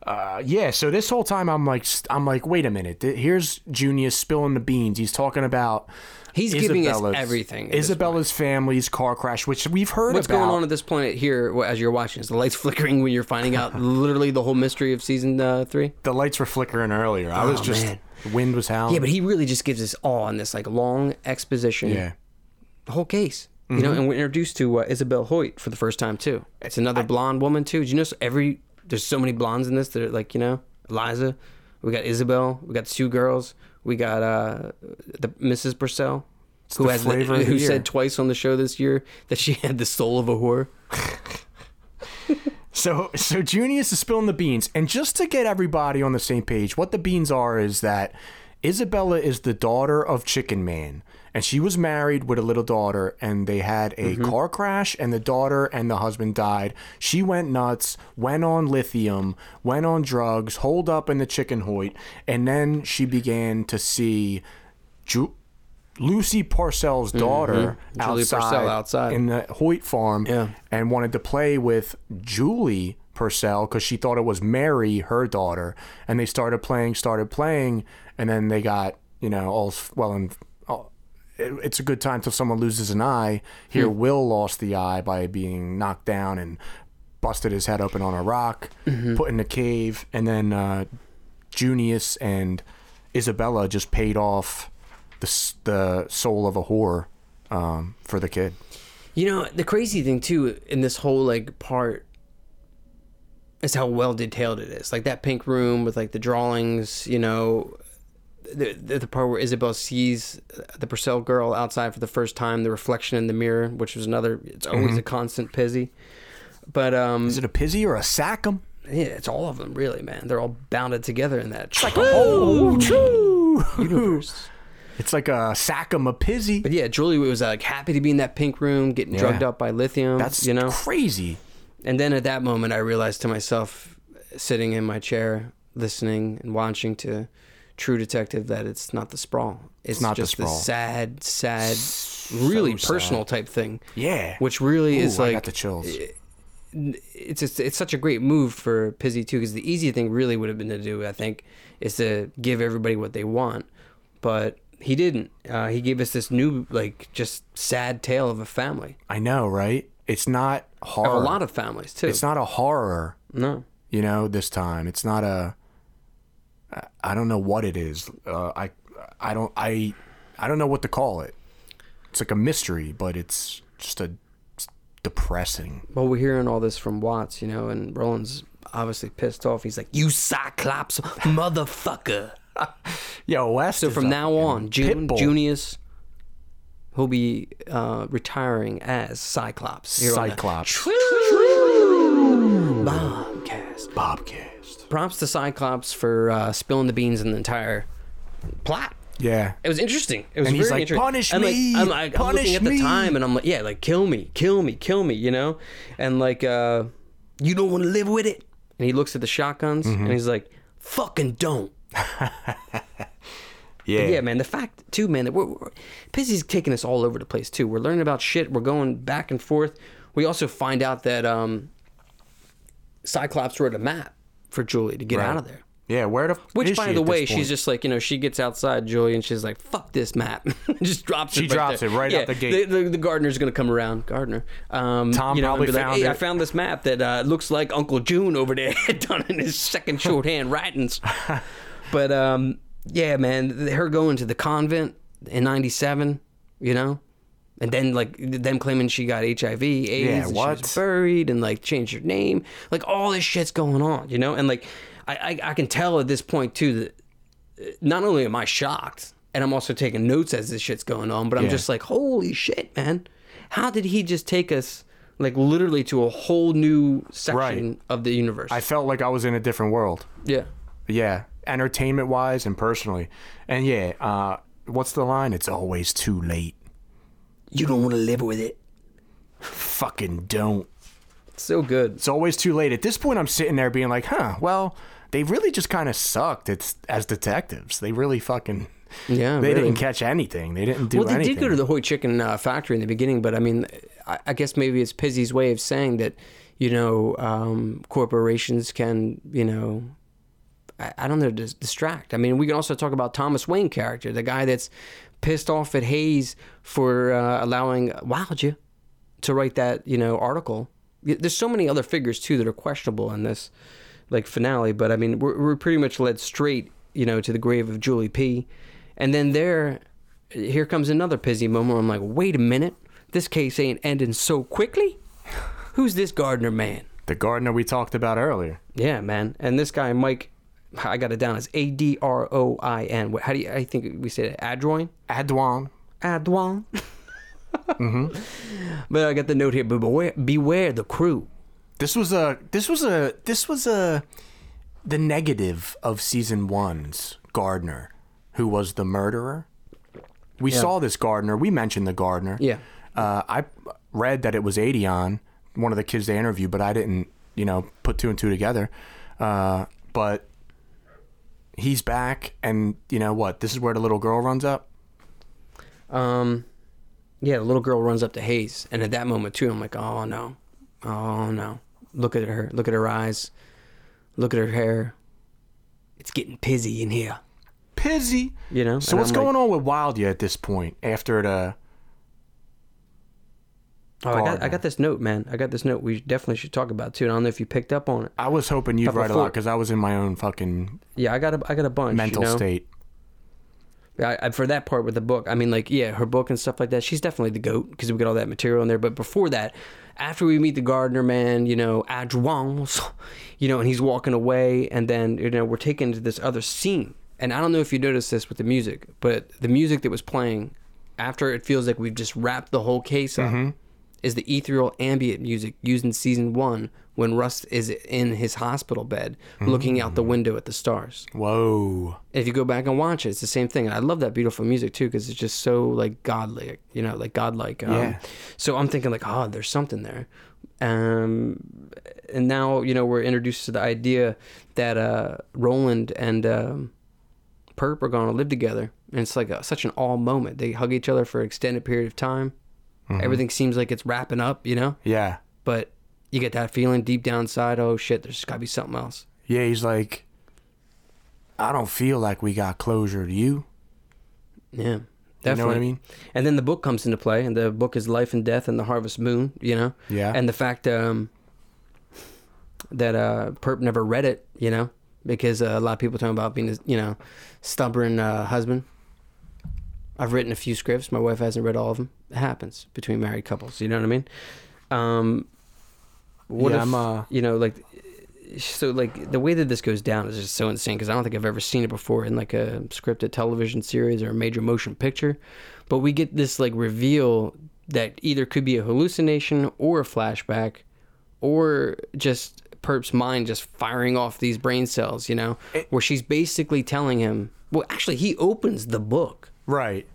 [SPEAKER 2] Uh, yeah. So this whole time, I'm like, st- I'm like, wait a minute. th- Here's Junius spilling the beans. He's talking about.
[SPEAKER 1] He's giving us
[SPEAKER 2] Isabella's-
[SPEAKER 1] everything at this
[SPEAKER 2] Isabella's family's car crash, which we've heard
[SPEAKER 1] What's
[SPEAKER 2] about.
[SPEAKER 1] going on at this point here wh- as you're watching? Is the lights flickering when you're finding out literally the whole mystery of season uh, three?
[SPEAKER 2] The lights were flickering earlier. I was
[SPEAKER 1] Oh,
[SPEAKER 2] just
[SPEAKER 1] man.
[SPEAKER 2] wind was howling.
[SPEAKER 1] Yeah, but he really just gives us all on this like long exposition,
[SPEAKER 2] yeah.
[SPEAKER 1] the whole case. You know, and we're introduced to uh, Isabel Hoyt for the first time too. It's another blonde woman too. Did you notice every there's so many blondes in this? They're like you know Eliza, we got Isabel, we got two girls, we got uh the Mrs. Purcell, who
[SPEAKER 2] the
[SPEAKER 1] has
[SPEAKER 2] flavor of the
[SPEAKER 1] who
[SPEAKER 2] year.
[SPEAKER 1] said twice on the show this year that she had the soul of a whore.
[SPEAKER 2] So so Junius is spilling the beans, and just to get everybody on the same page, what the beans are is that Isabella is the daughter of Chicken Man, and she was married with a little daughter, and they had a
[SPEAKER 1] Mm-hmm.
[SPEAKER 2] car crash, and the daughter and the husband died. She went nuts, went on lithium, went on drugs, holed up in the chicken hoyt, and then she began to see Ju- Lucy Parcell's daughter
[SPEAKER 1] Julie
[SPEAKER 2] outside,
[SPEAKER 1] Mm-hmm. Purcell outside.
[SPEAKER 2] in the Hoyt farm
[SPEAKER 1] Yeah.
[SPEAKER 2] and wanted to play with Julie Purcell because she thought it was Mary, her daughter. And they started playing, started playing, and then they got, you know, all s- well and all, it, it's a good time till someone loses an eye. Here, Will lost the eye by being knocked down and busted his head open on a rock, put in a cave, and then uh, Junius and Isabella just paid off the s- the soul of a whore um, for the kid.
[SPEAKER 1] You know, the crazy thing too in this whole like part is how well detailed it is. Like that pink room with like the drawings, you know, the the, the part where Isabel sees the Purcell girl outside for the first time, the reflection in the mirror, which was another it's always a constant pizzy. But um
[SPEAKER 2] Is it a pizzy or a sackum?
[SPEAKER 1] yeah, it's all of them really, man. They're all bounded together in that
[SPEAKER 2] Oh, true.
[SPEAKER 1] universe.
[SPEAKER 2] It's like a sackum a pizzy.
[SPEAKER 1] But yeah, Julie was uh, like happy to be in that pink room, getting drugged up by lithium.
[SPEAKER 2] That's
[SPEAKER 1] you know
[SPEAKER 2] crazy.
[SPEAKER 1] And then at that moment, I realized to myself, sitting in my chair, listening and watching to True Detective, that it's not the sprawl. It's,
[SPEAKER 2] not the
[SPEAKER 1] just
[SPEAKER 2] sprawl.
[SPEAKER 1] this sad, sad, really
[SPEAKER 2] sad.
[SPEAKER 1] personal type thing.
[SPEAKER 2] Yeah.
[SPEAKER 1] Which really
[SPEAKER 2] Ooh,
[SPEAKER 1] is
[SPEAKER 2] I got
[SPEAKER 1] like eh,
[SPEAKER 2] the chills.
[SPEAKER 1] it's just, it's such a great move for Pizzy too, because the easy thing really would have been to do, I think, is to give everybody what they want, but he didn't. Uh, he gave us this new, like, just sad tale of a family,
[SPEAKER 2] I know, right? It's not
[SPEAKER 1] of
[SPEAKER 2] horror.
[SPEAKER 1] a lot of families too.
[SPEAKER 2] it's not a horror.
[SPEAKER 1] no.
[SPEAKER 2] You know, this time it's not a. I- I don't know what it is. Uh, I, I don't. I, I don't know what to call it. It's like a mystery, but it's just a it's depressing.
[SPEAKER 1] Well, we're hearing all this from Watts, you know, and Roland's obviously pissed off. He's like, "You cyclops, motherfucker!"
[SPEAKER 2] Yo, West.
[SPEAKER 1] So from now on, June,
[SPEAKER 2] Pitbull.
[SPEAKER 1] Junius, he'll be uh, retiring as Cyclops. here on the
[SPEAKER 2] Cyclops
[SPEAKER 1] Bombcast.
[SPEAKER 2] Bobcast.
[SPEAKER 1] Props to Cyclops for uh, spilling the beans in the entire plot.
[SPEAKER 2] Yeah.
[SPEAKER 1] It was interesting. It was
[SPEAKER 2] And
[SPEAKER 1] very
[SPEAKER 2] he's like,
[SPEAKER 1] interesting.
[SPEAKER 2] "Punish
[SPEAKER 1] I'm like-
[SPEAKER 2] me!
[SPEAKER 1] I'm like, I'm
[SPEAKER 2] Punish
[SPEAKER 1] looking at
[SPEAKER 2] me!"
[SPEAKER 1] the time, and I'm like, yeah, like kill me, kill me, kill me, you know, and like, uh, you don't want to live with it. And he looks at the shotguns,
[SPEAKER 2] Mm-hmm.
[SPEAKER 1] and he's like, fucking don't. Yeah, man. The fact too, man, that we're, we're Pizzy's taking us all over the place too. We're learning about shit. We're going back and forth. We also find out that um, Cyclops wrote a map for Julie to get out of there.
[SPEAKER 2] Yeah, where the f-
[SPEAKER 1] Which,
[SPEAKER 2] is
[SPEAKER 1] by
[SPEAKER 2] she
[SPEAKER 1] the
[SPEAKER 2] at
[SPEAKER 1] way,
[SPEAKER 2] this
[SPEAKER 1] she's
[SPEAKER 2] point?
[SPEAKER 1] just like you know, she gets outside Julie and she's like, "Fuck this map," just drops. She it right
[SPEAKER 2] drops
[SPEAKER 1] there.
[SPEAKER 2] it right
[SPEAKER 1] yeah,
[SPEAKER 2] out the gate.
[SPEAKER 1] The, the, the gardener's gonna come around. Gardener, um,
[SPEAKER 2] Tom
[SPEAKER 1] you know, and
[SPEAKER 2] probably
[SPEAKER 1] be like,
[SPEAKER 2] found
[SPEAKER 1] hey,
[SPEAKER 2] it."
[SPEAKER 1] I found this map that uh, looks like Uncle June over there had done in his second shorthand writings. but um, yeah, man, her going to the convent in '97, you know. And then, like them claiming she got HIV, AIDS, and she was
[SPEAKER 2] what?
[SPEAKER 1] buried and like changed her name. Like all this shit's going on, you know? And like I, I, I can tell at this point too that not only am I shocked, and I'm also taking notes as this shit's going on, but I'm
[SPEAKER 2] Yeah.
[SPEAKER 1] just like, holy shit, man. How did he just take us, like, literally to a whole new section
[SPEAKER 2] Right.
[SPEAKER 1] of the universe?
[SPEAKER 2] I felt like I was in a different world.
[SPEAKER 1] yeah.
[SPEAKER 2] Yeah, entertainment wise and personally. And yeah, uh, what's the line? It's always too late.
[SPEAKER 1] You don't want to live with it.
[SPEAKER 2] Fucking don't.
[SPEAKER 1] So good.
[SPEAKER 2] It's always too late. At this point, I'm sitting there being like, huh, well, they really just kind of sucked it's, as detectives. They really fucking.
[SPEAKER 1] Yeah.
[SPEAKER 2] They
[SPEAKER 1] really.
[SPEAKER 2] didn't catch anything. They didn't do
[SPEAKER 1] Well, they
[SPEAKER 2] anything.
[SPEAKER 1] did go to the Hoy Chicken uh, factory in the beginning, but I mean, I, I guess maybe it's Pizzy's way of saying that, you know, um, corporations can, you know, I, I don't know, dis- distract. I mean, we can also talk about Thomas Wayne character, the guy that's pissed off at Hayes for uh, allowing Wildja to write that, you know, article. Y- There's so many other figures too that are questionable in this, like finale. But I mean, we're, we're pretty much led straight, you know, to the grave of Julie P. And then there, here comes another Pizzy moment. Where I'm like, wait a minute, this case ain't ending so quickly. Who's this Gardner man?
[SPEAKER 2] the gardener we talked about earlier.
[SPEAKER 1] Yeah, man. And this guy, Mike, I got it down as A D R O I N. How do you, I think we said it, Adroin?
[SPEAKER 2] Adwan.
[SPEAKER 1] Adwan. But I got the note here, but beware, beware the crew.
[SPEAKER 2] This was a. This was a. This was a. The negative of season one's Gardner, who was the murderer. We saw this Gardner. We mentioned the Gardner.
[SPEAKER 1] Yeah.
[SPEAKER 2] Uh, I read that it was Adion, one of the kids they interviewed, but I didn't, you know, put two and two together. Uh, but he's back, and you know what? This is where the little girl runs up.
[SPEAKER 1] Um, yeah, the little girl runs up to Hayes, and at that moment too, I'm like, oh no, oh no. Look at her, look at her eyes, look at her hair. It's getting pizzy in here,
[SPEAKER 2] Pizzy.
[SPEAKER 1] you know.
[SPEAKER 2] So what's going on with Wildia at this point? After the
[SPEAKER 1] Oh, I got, I
[SPEAKER 2] Gardner?
[SPEAKER 1] got this note, man. I got this note. We definitely should talk about too. And I don't know if you picked up on it.
[SPEAKER 2] I was hoping you'd
[SPEAKER 1] Couple
[SPEAKER 2] write a lot
[SPEAKER 1] foot.
[SPEAKER 2] because I was in my own fucking
[SPEAKER 1] Yeah, I got a, I got a bunch.
[SPEAKER 2] mental
[SPEAKER 1] you know?
[SPEAKER 2] state.
[SPEAKER 1] I, I, for that part with the book, I mean, like, yeah, her book and stuff like that. She's definitely the goat because we got all that material in there. But before that, after we meet the gardener man, you know, Adjuans, you know, and he's walking away, and then you know we're taken to this other scene. And I don't know if you noticed this with the music, but the music that was playing after it feels like we've just wrapped the whole case up is the ethereal ambient music used in season one when Rust is in his hospital bed looking out the window at the stars
[SPEAKER 2] Whoa.
[SPEAKER 1] if you go back and watch it, it's the same thing. And I love that beautiful music too because it's just so like godly, you know, like godlike. Um,
[SPEAKER 2] Yeah.
[SPEAKER 1] So I'm thinking like, oh, there's something there. Um, and now you know we're introduced to the idea that uh, Roland and um, Perp are gonna live together, and it's like a, such an all moment. They hug each other for an extended period of time. Everything seems like it's wrapping up, you know,
[SPEAKER 2] Yeah.
[SPEAKER 1] but you get that feeling deep down inside, oh shit, there's gotta be something else.
[SPEAKER 2] Yeah. He's like, I don't feel like we got closure. Do you?
[SPEAKER 1] Yeah.
[SPEAKER 2] You
[SPEAKER 1] Definitely.
[SPEAKER 2] know what I mean?
[SPEAKER 1] And then the book comes into play, and the book is Life and Death and the Harvest Moon, you know?
[SPEAKER 2] Yeah.
[SPEAKER 1] And the fact um, that uh, Perp never read it, you know? Because uh, a lot of people talking about being, a, you know, stubborn uh, husband. I've written a few scripts. My wife hasn't read all of them. It happens between married couples, you know what I mean? Um, what
[SPEAKER 2] Yeah,
[SPEAKER 1] if,
[SPEAKER 2] I'm, uh,
[SPEAKER 1] you know, like, so like the way that this goes down is just so insane because I don't think I've ever seen it before in like a scripted television series or a major motion picture. But we get this like reveal that either could be a hallucination or a flashback or just Perp's mind just firing off these brain cells, you know,
[SPEAKER 2] Eh.
[SPEAKER 1] where she's basically telling him, well, actually, he opens the book
[SPEAKER 2] Right.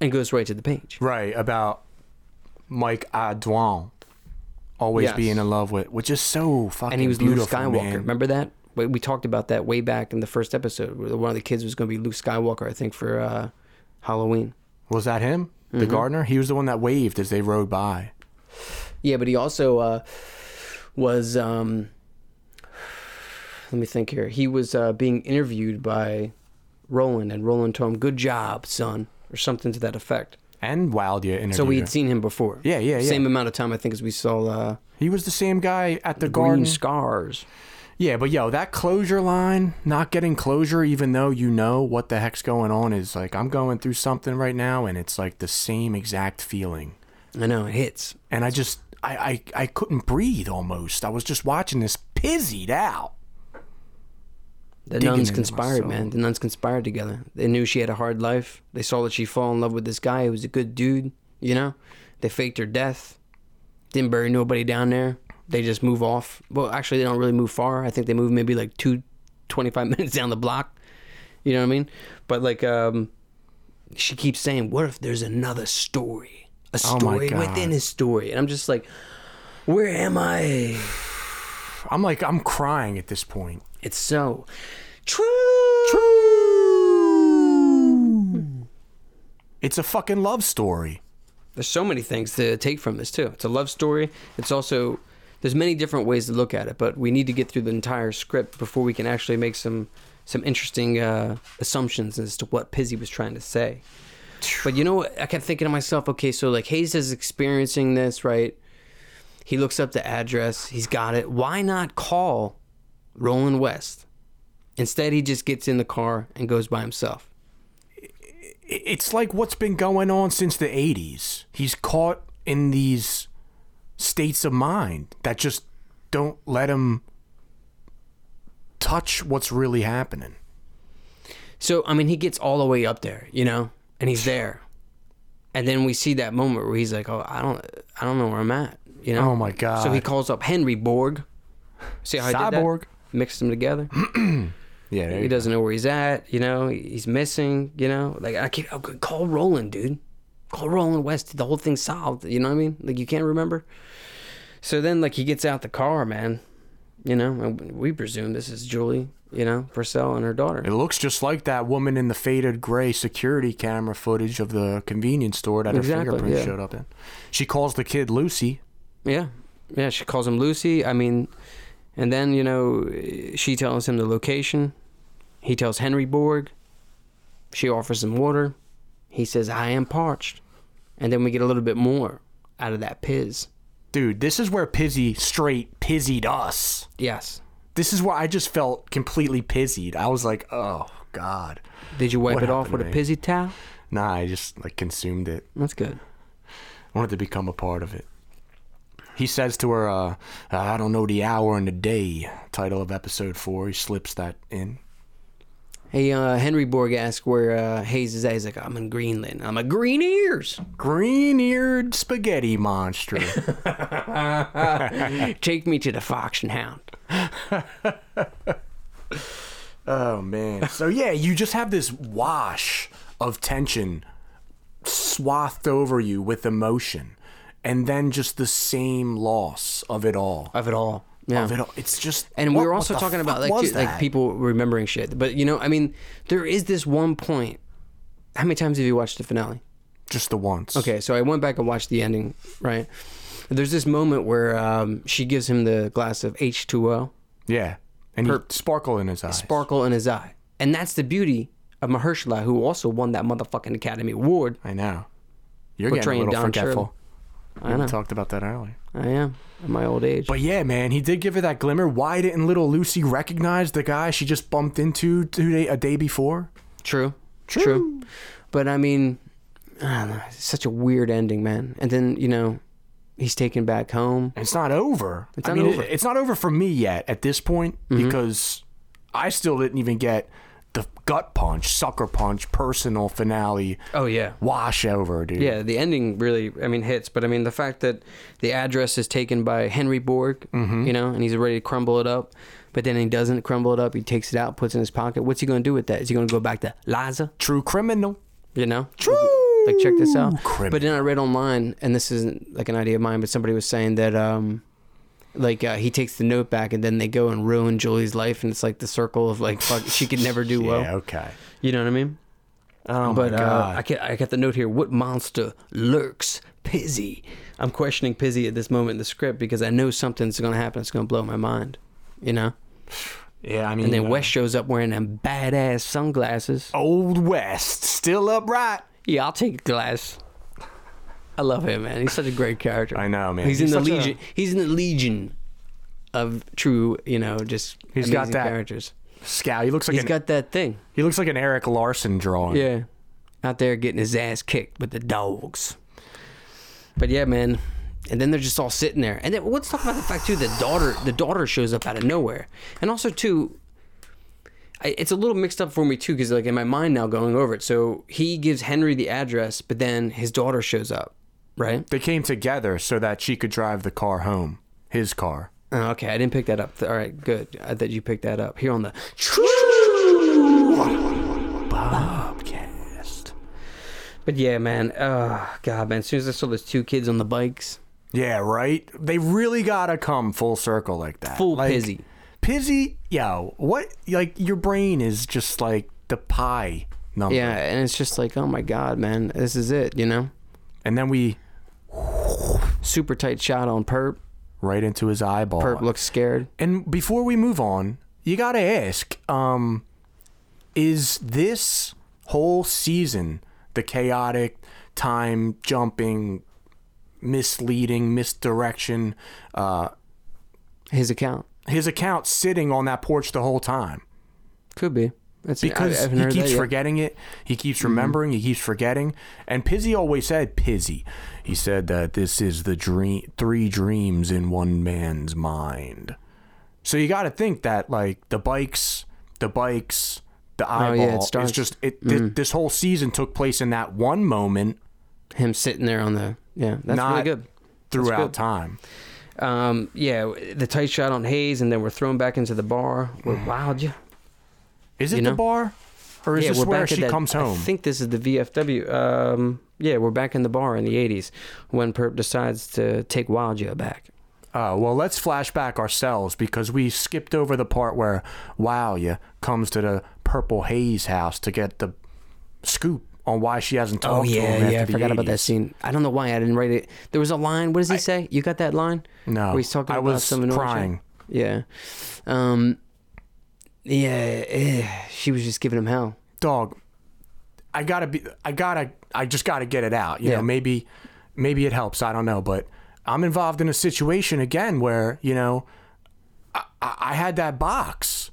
[SPEAKER 1] and goes right to the page.
[SPEAKER 2] Right, about Mike Adwan always
[SPEAKER 1] Yes.
[SPEAKER 2] being in love with, which is so fucking
[SPEAKER 1] and he was Luke
[SPEAKER 2] beautiful,
[SPEAKER 1] Skywalker.
[SPEAKER 2] man.
[SPEAKER 1] Remember that? We, we talked about that way back in the first episode. Where one of the kids was going to be Luke Skywalker, I think, for uh, Halloween.
[SPEAKER 2] Was that him? The
[SPEAKER 1] Mm-hmm.
[SPEAKER 2] gardener? He was the one that waved as they rode by.
[SPEAKER 1] Yeah, but he also uh, was. Um, let me think here. He was uh, being interviewed by Roland, and Roland told him, "Good job, son," or something to that effect.
[SPEAKER 2] And Wildia interviewed
[SPEAKER 1] So we
[SPEAKER 2] her.
[SPEAKER 1] had seen him before.
[SPEAKER 2] Yeah, yeah, yeah.
[SPEAKER 1] Same amount of time, I think, as we saw uh,
[SPEAKER 2] He was the same guy at the, garden.
[SPEAKER 1] Green Scars.
[SPEAKER 2] yeah, but yo, that closure line, not getting closure even though you know what the heck's going on is like I'm going through something right now and it's like the same exact feeling.
[SPEAKER 1] I know it hits.
[SPEAKER 2] And I just I, I, I couldn't breathe almost. I was just watching this pizzied out.
[SPEAKER 1] The
[SPEAKER 2] digging
[SPEAKER 1] nuns
[SPEAKER 2] into
[SPEAKER 1] conspired,
[SPEAKER 2] myself.
[SPEAKER 1] man. The nuns conspired together. They knew she had a hard life. They saw that she fall in love with this guy who was a good dude, you know? They faked her death. Didn't bury nobody down there. They just move off. Well, actually, they don't really move far. I think they move maybe like two, 25 minutes down the block. You know what I mean? But like, um, she keeps saying, "What if there's another story? A
[SPEAKER 2] Oh my
[SPEAKER 1] story
[SPEAKER 2] God.
[SPEAKER 1] within a story?" And I'm just like, "Where am I?"
[SPEAKER 2] I'm like, I'm crying at this point.
[SPEAKER 1] It's so true.
[SPEAKER 2] It's a fucking love story.
[SPEAKER 1] There's so many things to take from this too. It's a love story. It's also there's many different ways to look at it, but we need to get through the entire script before we can actually make some some interesting uh, assumptions as to what Pizzy was trying to say. But you know what? I kept thinking to myself, okay, so like Hayes is experiencing this, right? He looks up the address. He's got it. Why not call Roland West? Instead, he just gets in the car and goes by himself.
[SPEAKER 2] I- It's like what's been going on since the 80s. He's caught in these states of mind that just don't let him touch what's really happening.
[SPEAKER 1] So, I mean, he gets all the way up there, you know, and he's there. And then we see that moment where he's like, "Oh, I don't, I don't know where I'm at," you know.
[SPEAKER 2] Oh my God.
[SPEAKER 1] So he calls up Henry Borg. See how I did
[SPEAKER 2] Cyborg.
[SPEAKER 1] that? Mixed them together.
[SPEAKER 2] Yeah,
[SPEAKER 1] He doesn't know where he's at. You know, he's missing. You know, like I keep oh, good, call Roland, dude. Call Roland West. The whole thing's solved. You know what I mean? Like you can't remember. So then, like he gets out the car, man. You know, and we presume this is Julie. You know, Purcell and her daughter.
[SPEAKER 2] It looks just like that woman in the faded gray security camera footage of the convenience store that her
[SPEAKER 1] Exactly,
[SPEAKER 2] fingerprints
[SPEAKER 1] yeah.
[SPEAKER 2] showed up in. She calls the kid Lucy.
[SPEAKER 1] Yeah, yeah. She calls him Lucy. I mean, and then you know, she tells him the location. He tells Henry Borg. She offers him water. He says, "I am parched," and then we get a little bit more out of that piz.
[SPEAKER 2] Dude, this is where Pizzy straight pizzied us.
[SPEAKER 1] Yes.
[SPEAKER 2] This is where I just felt completely pizzied. I was like, oh, God.
[SPEAKER 1] Did you wipe
[SPEAKER 2] What
[SPEAKER 1] it off
[SPEAKER 2] happened
[SPEAKER 1] with a
[SPEAKER 2] to me?
[SPEAKER 1] pizzy towel?
[SPEAKER 2] Nah, I just like consumed it.
[SPEAKER 1] That's good.
[SPEAKER 2] wanted to become a part of it. He says to her, uh, I don't know the hour and the day, title of episode four. He slips that in.
[SPEAKER 1] Hey, uh, Henry Borg asks where uh, Hayes is at. He's like, "I'm in Greenland." I'm like, "Green ears."
[SPEAKER 2] Green eared spaghetti monster.
[SPEAKER 1] Take me to the Fox and Hound.
[SPEAKER 2] Oh man. So yeah, you just have this wash of tension swathed over you with emotion and then just the same loss of it all.
[SPEAKER 1] Of it all. Yeah.
[SPEAKER 2] Of it all. It's just
[SPEAKER 1] And
[SPEAKER 2] what-
[SPEAKER 1] we were
[SPEAKER 2] what
[SPEAKER 1] also
[SPEAKER 2] the
[SPEAKER 1] talking about
[SPEAKER 2] fuck
[SPEAKER 1] like
[SPEAKER 2] was
[SPEAKER 1] ju- like
[SPEAKER 2] that?
[SPEAKER 1] people remembering shit. But you know, I mean, there is this one point. How many times have you watched the finale?
[SPEAKER 2] just the once.
[SPEAKER 1] Okay, so I went back and watched the ending. Right, there's this moment where um, she gives him the glass of H2O,
[SPEAKER 2] Yeah. And he sparkle in his eyes.
[SPEAKER 1] sparkle in his eye, and that's the beauty of Mahershala, who also won that motherfucking Academy Award.
[SPEAKER 2] I know. You're
[SPEAKER 1] Portraying
[SPEAKER 2] getting a little
[SPEAKER 1] Don
[SPEAKER 2] forgetful.
[SPEAKER 1] I
[SPEAKER 2] We
[SPEAKER 1] know,
[SPEAKER 2] talked about that earlier.
[SPEAKER 1] I am at my old age.
[SPEAKER 2] But yeah, man, he did give her that glimmer. Why didn't little Lucy recognize the guy she just bumped into two day, a day before?
[SPEAKER 1] True. True. But I mean, I don't know. It's such a weird ending, man. And then you know, he's taken back home.
[SPEAKER 2] It's not over.
[SPEAKER 1] It's
[SPEAKER 2] I
[SPEAKER 1] not
[SPEAKER 2] mean,
[SPEAKER 1] over. Mm-hmm.
[SPEAKER 2] it- it's not over for me yet at this point because I still didn't even get the gut punch, sucker punch, personal finale
[SPEAKER 1] Oh yeah.
[SPEAKER 2] wash over, dude.
[SPEAKER 1] Yeah, the ending really, I mean, hits. But I mean, the fact that the address is taken by Henry Borg,
[SPEAKER 2] Mm-hmm.
[SPEAKER 1] you know, and he's ready to crumble it up, but then he doesn't crumble it up. He takes it out, puts it in his pocket. What's he going to do with that? Is he going to go back to Liza?
[SPEAKER 2] True criminal.
[SPEAKER 1] You know,
[SPEAKER 2] True.
[SPEAKER 1] like check this out.
[SPEAKER 2] Criminal.
[SPEAKER 1] But then I read online, and this isn't like an idea of mine, but somebody was saying that, um, like uh, he takes the note back, and then they go and ruin Julie's life, and it's like the circle of like fuck, she could never do
[SPEAKER 2] Yeah.
[SPEAKER 1] well.
[SPEAKER 2] Okay.
[SPEAKER 1] You know what I mean?
[SPEAKER 2] Oh
[SPEAKER 1] But
[SPEAKER 2] my
[SPEAKER 1] uh,
[SPEAKER 2] god.
[SPEAKER 1] I, ca- I got the note here. What monster lurks Pizzy? I'm questioning Pizzy at this moment in the script because I know something's going to happen. It's going to blow my mind, you know.
[SPEAKER 2] yeah. I mean,
[SPEAKER 1] And then
[SPEAKER 2] uh,
[SPEAKER 1] West shows up wearing them badass sunglasses.
[SPEAKER 2] Old West still upright.
[SPEAKER 1] Yeah, I'll take a glass. I love him, man. He's such a great character.
[SPEAKER 2] I know, man.
[SPEAKER 1] He's in
[SPEAKER 2] He's
[SPEAKER 1] the
[SPEAKER 2] such a-
[SPEAKER 1] legion. He's in the legion of true, you know, just
[SPEAKER 2] He's
[SPEAKER 1] amazing
[SPEAKER 2] got that-
[SPEAKER 1] characters.
[SPEAKER 2] Scow. He looks like
[SPEAKER 1] He's
[SPEAKER 2] an,
[SPEAKER 1] got that thing.
[SPEAKER 2] he looks like an Eric Larson drawing.
[SPEAKER 1] Yeah. Out there getting his ass kicked with the dogs. But yeah, man. And then they're just all sitting there. And then let's talk about the fact too, the daughter the daughter shows up out of nowhere. And also too, I, it's a little mixed up for me too because like in my mind now going over it. So he gives Henry the address, but then his daughter shows up, right?
[SPEAKER 2] They came together so that she could drive the car home, his car.
[SPEAKER 1] Oh, okay, I didn't pick that up. All right, good uh, that you picked that up here on the
[SPEAKER 2] Bobcast.
[SPEAKER 1] But yeah, man. Oh god, man. As soon as I saw those two kids on the bikes,
[SPEAKER 2] Yeah, right. They really gotta come full circle like that.
[SPEAKER 1] Full
[SPEAKER 2] like,
[SPEAKER 1] pizzy.
[SPEAKER 2] Pizzy, yo, what? Like your brain is just like the pie number.
[SPEAKER 1] yeah, and it's just like, oh my god, man, this is it, you know?
[SPEAKER 2] And then we
[SPEAKER 1] Super tight shot on Perp.
[SPEAKER 2] right into his eyeball.
[SPEAKER 1] Perp looks scared.
[SPEAKER 2] And before we move on, you gotta ask: um, Is this whole season the chaotic, time jumping, misleading, misdirection? Uh,
[SPEAKER 1] His account
[SPEAKER 2] his account sitting on that porch the whole time.
[SPEAKER 1] could be. That's
[SPEAKER 2] because
[SPEAKER 1] haven't
[SPEAKER 2] he
[SPEAKER 1] heard
[SPEAKER 2] keeps
[SPEAKER 1] that yet. Mm-hmm.
[SPEAKER 2] forgetting it. He keeps remembering. He keeps forgetting. And Pizzy always said Pizzy. He said that this is the dream, three dreams in one man's mind. So you got to think that like the bikes, the bikes, the
[SPEAKER 1] Oh, yeah, it
[SPEAKER 2] eyeball.
[SPEAKER 1] starts- Mm.
[SPEAKER 2] it's just it. thi- this whole season took place in that one moment
[SPEAKER 1] him sitting there on the yeah. That's really
[SPEAKER 2] Not-
[SPEAKER 1] good.
[SPEAKER 2] throughout
[SPEAKER 1] good.
[SPEAKER 2] time.
[SPEAKER 1] Um, yeah, the tight shot on Hayes, and then we're thrown back into the bar. We're wowed you.
[SPEAKER 2] Is it
[SPEAKER 1] You
[SPEAKER 2] the
[SPEAKER 1] know?
[SPEAKER 2] bar, or is
[SPEAKER 1] yeah,
[SPEAKER 2] this
[SPEAKER 1] we're
[SPEAKER 2] where
[SPEAKER 1] back at
[SPEAKER 2] she
[SPEAKER 1] that-
[SPEAKER 2] comes home?
[SPEAKER 1] I think this is the VFW. Um, yeah, we're back in the bar in the '80s when Perp decides to take Wild Joe back.
[SPEAKER 2] Uh, well, let's flash back ourselves because we skipped over the part where Walia comes to the Purple Haze house to get the scoop on why she hasn't talked
[SPEAKER 1] Oh
[SPEAKER 2] to him.
[SPEAKER 1] yeah, yeah. I
[SPEAKER 2] after the
[SPEAKER 1] forgot about that
[SPEAKER 2] 80s.
[SPEAKER 1] scene. I don't know why I didn't write it. There was a line. What does he say? You got that line?
[SPEAKER 2] No,
[SPEAKER 1] Where he's talking
[SPEAKER 2] I
[SPEAKER 1] about
[SPEAKER 2] was
[SPEAKER 1] some annoying
[SPEAKER 2] crying.
[SPEAKER 1] shit? Yeah. Um. Yeah. eh, she was just giving him hell.
[SPEAKER 2] Dog, I gotta be. I gotta. I just gotta get it out. You
[SPEAKER 1] Yeah.
[SPEAKER 2] know, maybe, maybe it helps. I don't know, but I'm involved in a situation again where you know, I, I, I had that box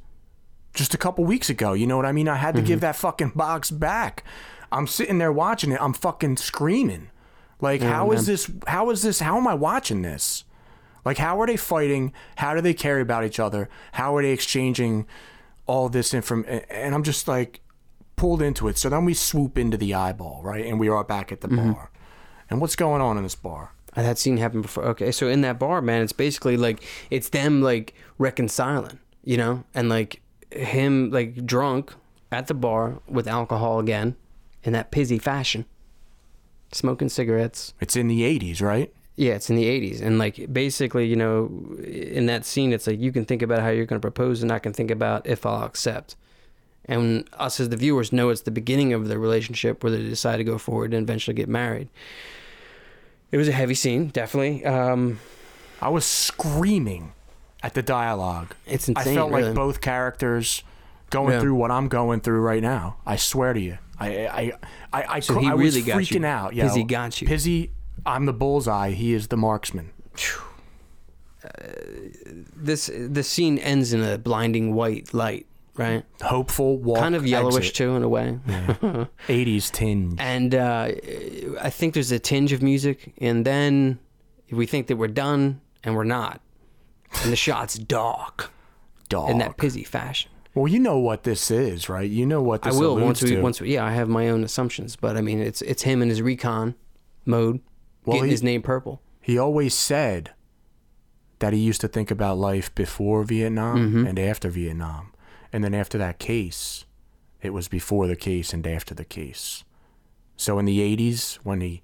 [SPEAKER 2] just a couple weeks ago. You know what I mean? I had to give that fucking box back. I'm sitting there watching it. I'm fucking screaming. Like, how is this? How is this? How am I watching this? Like, how are they fighting? How do they care about each other? How are they exchanging all this information? And I'm just like pulled into it. So then we swoop into the eyeball, right? And we are back at the bar. And what's going on in this bar?
[SPEAKER 1] Uh, That scene happened before. Okay, so in that bar, man, it's basically like it's them like reconciling, you know, and like him like drunk at the bar with alcohol again, in that pizzy fashion, smoking cigarettes.
[SPEAKER 2] It's in the 80s, right?
[SPEAKER 1] Yeah, it's in the '80s, and like basically, you know, in that scene, it's like you can think about how you're going to propose, and I can think about if I'll accept. And us as the viewers know it's the beginning of their relationship where they decide to go forward and eventually get married. It was a heavy scene, definitely. Um,
[SPEAKER 2] I was screaming at the dialogue.
[SPEAKER 1] It's insane.
[SPEAKER 2] I felt
[SPEAKER 1] really.
[SPEAKER 2] like both characters going
[SPEAKER 1] Yeah.
[SPEAKER 2] through what I'm going through right now. I swear to you. I I I I,
[SPEAKER 1] So
[SPEAKER 2] cou-
[SPEAKER 1] he
[SPEAKER 2] I
[SPEAKER 1] really
[SPEAKER 2] was
[SPEAKER 1] got
[SPEAKER 2] freaking
[SPEAKER 1] you.
[SPEAKER 2] out.
[SPEAKER 1] Pizzy
[SPEAKER 2] yo.
[SPEAKER 1] got you.
[SPEAKER 2] Pizzy, I'm the bullseye. He is the marksman.
[SPEAKER 1] this the scene ends in a blinding white light, right?
[SPEAKER 2] Hopeful walk.
[SPEAKER 1] Kind of yellowish
[SPEAKER 2] exit.
[SPEAKER 1] too, in a way.
[SPEAKER 2] 80s tinge.
[SPEAKER 1] And uh, I think there's a tinge of music, and then we think that we're done, and we're not. And the shot's dark
[SPEAKER 2] Dog.
[SPEAKER 1] in that pizzy fashion.
[SPEAKER 2] well, you know what this is, right? You know what
[SPEAKER 1] I
[SPEAKER 2] this
[SPEAKER 1] will
[SPEAKER 2] alludes
[SPEAKER 1] once we
[SPEAKER 2] to.
[SPEAKER 1] once we, yeah, I have my own assumptions, but I mean it's it's him in his recon mode,
[SPEAKER 2] Well,
[SPEAKER 1] getting
[SPEAKER 2] he-
[SPEAKER 1] his name purple.
[SPEAKER 2] he always said that he used to think about life before Vietnam
[SPEAKER 1] Mm-hmm.
[SPEAKER 2] and after Vietnam. And then after that case, it was before the case and after the case. So in the 80s, when he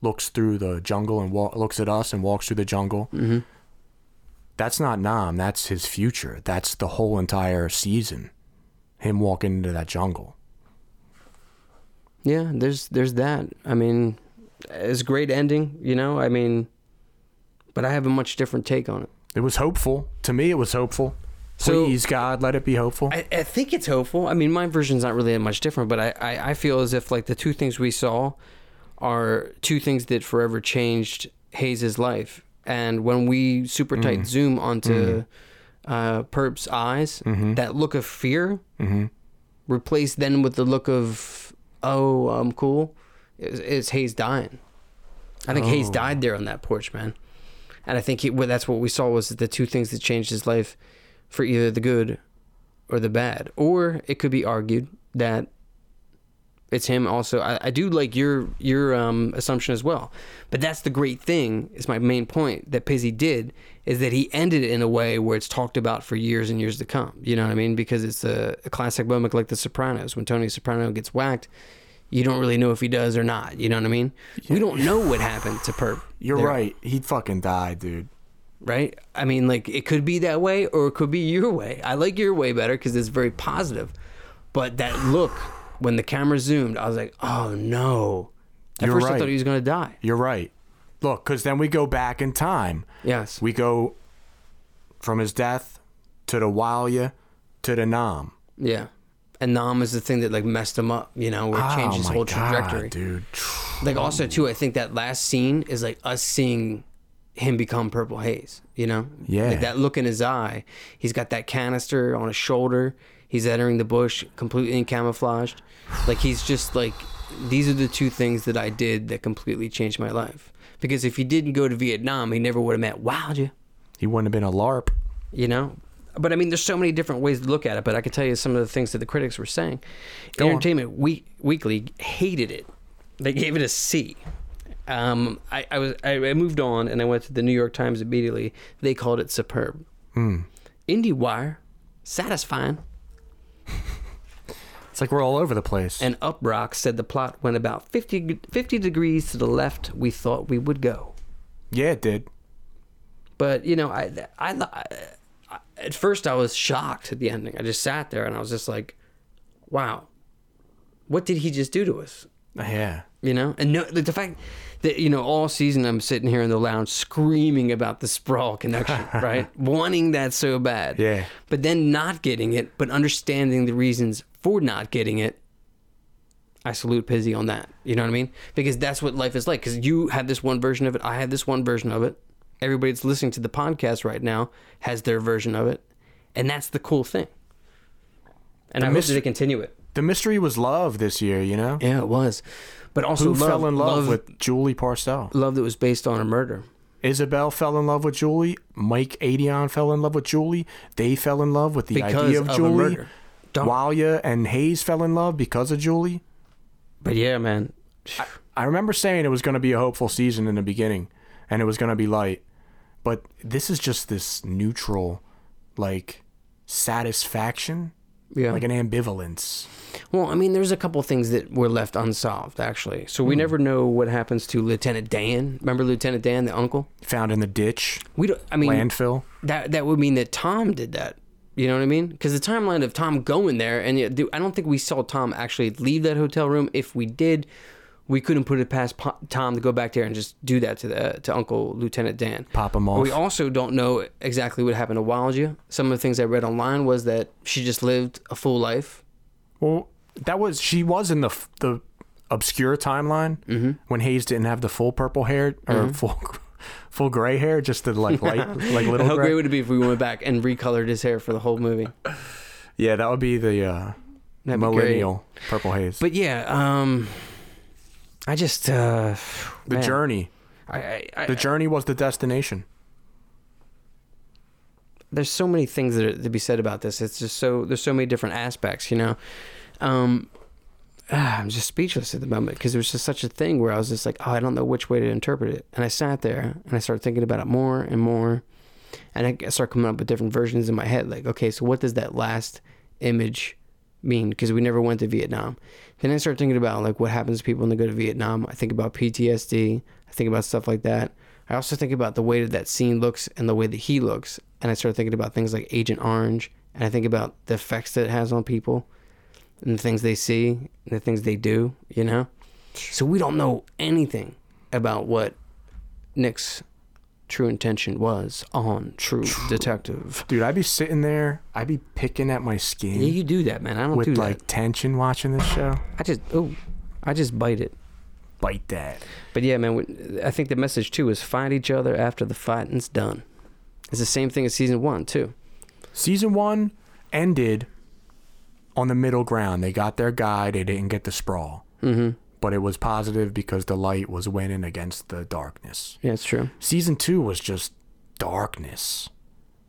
[SPEAKER 2] looks through the jungle and wa- looks at us and walks through the jungle,
[SPEAKER 1] Mm-hmm.
[SPEAKER 2] that's not Nam. That's his future. That's the whole entire season. Him walking into that jungle.
[SPEAKER 1] Yeah, there's there's that. I mean, it's a great ending, you know. I mean, but I have a much different take on it.
[SPEAKER 2] It was hopeful. To me, it was hopeful.
[SPEAKER 1] So-
[SPEAKER 2] Please, God, let it be hopeful.
[SPEAKER 1] I, I think it's hopeful. I mean, my version's not really that much different, but I, I, I feel as if like the two things we saw are two things that forever changed Hayes' life. And when we super tight zoom onto uh, Perp's eyes, that look of fear replaced then with the look of oh, I'm cool. Is, is Hayes dying? I think Hayes died there on that porch, man. And I think he, well, that's what we saw was the two things that changed his life for either the good or the bad. Or it could be argued that it's him also. I, I do like your your um, assumption as well, but that's the great thing. Is my main point that Pizzi did is that he ended it in a way where it's talked about for years and years to come. You know what I mean? Because it's a, a classic moment like The Sopranos. When Tony Soprano gets whacked, you don't really know if he does or not. You know what I mean? We don't know what happened to Perp.
[SPEAKER 2] You're
[SPEAKER 1] there,
[SPEAKER 2] right. He fucking died, dude.
[SPEAKER 1] right? I mean, like it could be that way or it could be your way. I like your way better because it's very positive. But that look when the camera zoomed, I was like, oh no. At
[SPEAKER 2] You're
[SPEAKER 1] first, I
[SPEAKER 2] right.
[SPEAKER 1] thought he was gonna die.
[SPEAKER 2] You're right. Look, because then we go back in time.
[SPEAKER 1] Yes.
[SPEAKER 2] We go from his death to the Walia to the Nam.
[SPEAKER 1] yeah. And Nam is the thing that like messed him up, you know, where it changed his
[SPEAKER 2] Oh my
[SPEAKER 1] whole
[SPEAKER 2] God,
[SPEAKER 1] trajectory.
[SPEAKER 2] dude.
[SPEAKER 1] Like also too, I think that last scene is like us seeing him become purple haze. You know,
[SPEAKER 2] Yeah.
[SPEAKER 1] like that look in his eye. He's got that canister on his shoulder. He's entering the bush completely in camouflaged. Like he's just like these are the two things that I did that completely changed my life. Because if he didn't go to Vietnam, he never would have met Wilder.
[SPEAKER 2] He wouldn't have been a LARP.
[SPEAKER 1] You know. But I mean, there's so many different ways to look at it. But I can tell you some of the things that the critics were saying.
[SPEAKER 2] on.
[SPEAKER 1] Entertainment Week, Weekly hated it. They gave it a C. Um, I, I was I, I moved on and I went to the New York Times immediately. They called it superb. IndieWire, satisfying,
[SPEAKER 2] It's like we're all over the place.
[SPEAKER 1] and Uprock said the plot went about 50, g- 50 degrees to the left. We thought we would go.
[SPEAKER 2] yeah, it did.
[SPEAKER 1] But you know, I, I, I- at first I was shocked at the ending. I just sat there and I was just like, "Wow, what did he just do to us?"
[SPEAKER 2] Yeah.
[SPEAKER 1] You know, and no, the, the fact that you know all season I'm sitting here in the lounge screaming about the sprawl connection, right? Wanting that so bad,
[SPEAKER 2] Yeah.
[SPEAKER 1] But then not getting it, but understanding the reasons for not getting it. I salute Pizzy on that. You know what I mean? Because that's what life is like. Because you had this one version of it. I had this one version of it. Everybody that's listening to the podcast right now has their version of it, and that's the cool thing. And I wish
[SPEAKER 2] mystery-
[SPEAKER 1] to continue it.
[SPEAKER 2] The mystery was love this year, you know?
[SPEAKER 1] Yeah, it was. But also
[SPEAKER 2] Who
[SPEAKER 1] love,
[SPEAKER 2] fell in love,
[SPEAKER 1] love
[SPEAKER 2] with Julie Parcell?
[SPEAKER 1] love that was based on a murder.
[SPEAKER 2] Isabel fell in love with Julie. Mike Adion fell in love with Julie. They fell in love with the
[SPEAKER 1] Because
[SPEAKER 2] idea of,
[SPEAKER 1] of a
[SPEAKER 2] Julie.
[SPEAKER 1] murder. Don't-
[SPEAKER 2] Walia and Hayes fell in love because of Julie.
[SPEAKER 1] But yeah, man.
[SPEAKER 2] I remember saying it was going to be a hopeful season in the beginning and it was going to be light. But this is just this neutral, like, satisfaction,
[SPEAKER 1] Yeah.
[SPEAKER 2] like an ambivalence.
[SPEAKER 1] well, I mean, there's a couple things that were left unsolved, actually. So we never know what happens to Lieutenant Dan. Remember Lieutenant Dan, the uncle?
[SPEAKER 2] Found in the ditch,
[SPEAKER 1] We don't, I mean,
[SPEAKER 2] landfill.
[SPEAKER 1] that that would mean that Tom did that. You know what I mean? Because the timeline of Tom going there, and yet- dude, I don't think we saw Tom actually leave that hotel room. If we did, we couldn't put it past Po- Tom to go back there and just do that to the to Uncle Lieutenant Dan.
[SPEAKER 2] Pop 'em off.
[SPEAKER 1] We also don't know exactly what happened to Wildja. Some of the things I read online was that she just lived a full life.
[SPEAKER 2] Well, that was she was in the f- the obscure timeline when Hayes didn't have the full purple hair or full full gray hair, just the like light, like little
[SPEAKER 1] How
[SPEAKER 2] gray.
[SPEAKER 1] great would it be if we went back and recolored his hair for the whole movie?
[SPEAKER 2] yeah, that would be the uh,
[SPEAKER 1] That'd be great.
[SPEAKER 2] millennial purple Hayes.
[SPEAKER 1] But yeah, um, I just uh,
[SPEAKER 2] the
[SPEAKER 1] man,
[SPEAKER 2] journey,
[SPEAKER 1] I, I, I,
[SPEAKER 2] the journey was the destination.
[SPEAKER 1] there's so many things that are, to be said about this. It's just so there's so many different aspects, you know. Um, ah, I'm just speechless at the moment because there was just such a thing where I was just like, oh, I don't know which way to interpret it. And I sat there and I started thinking about it more and more, and I g- started coming up with different versions in my head. Like, okay, so what does that last image mean? Because we never went to Vietnam. Then I started thinking about like what happens to people when they go to Vietnam. I think about PTSD. I think about stuff like that. I also think about the way that that scene looks and the way that he looks. And I started thinking about things like Agent Orange. And I think about the effects that it has on people and the things they see and the things they do, you know? So we don't know anything about what Nick's true intention was on True, Detective.
[SPEAKER 2] Dude, I'd be sitting there, I'd be picking at my skin
[SPEAKER 1] Yeah, you do that, man. I don't do
[SPEAKER 2] with
[SPEAKER 1] that.
[SPEAKER 2] like tension watching this show.
[SPEAKER 1] I just, oh, I just bite it.
[SPEAKER 2] Bite that.
[SPEAKER 1] But yeah, man, we- I think the message too is fight each other after the fighting's done. It's the same thing as season one too.
[SPEAKER 2] Season one ended on the middle ground. They got their guy. They didn't get the sprawl. Mm-hmm. But it was positive because the light was winning against the darkness.
[SPEAKER 1] Yeah, it's true.
[SPEAKER 2] Season two was just darkness.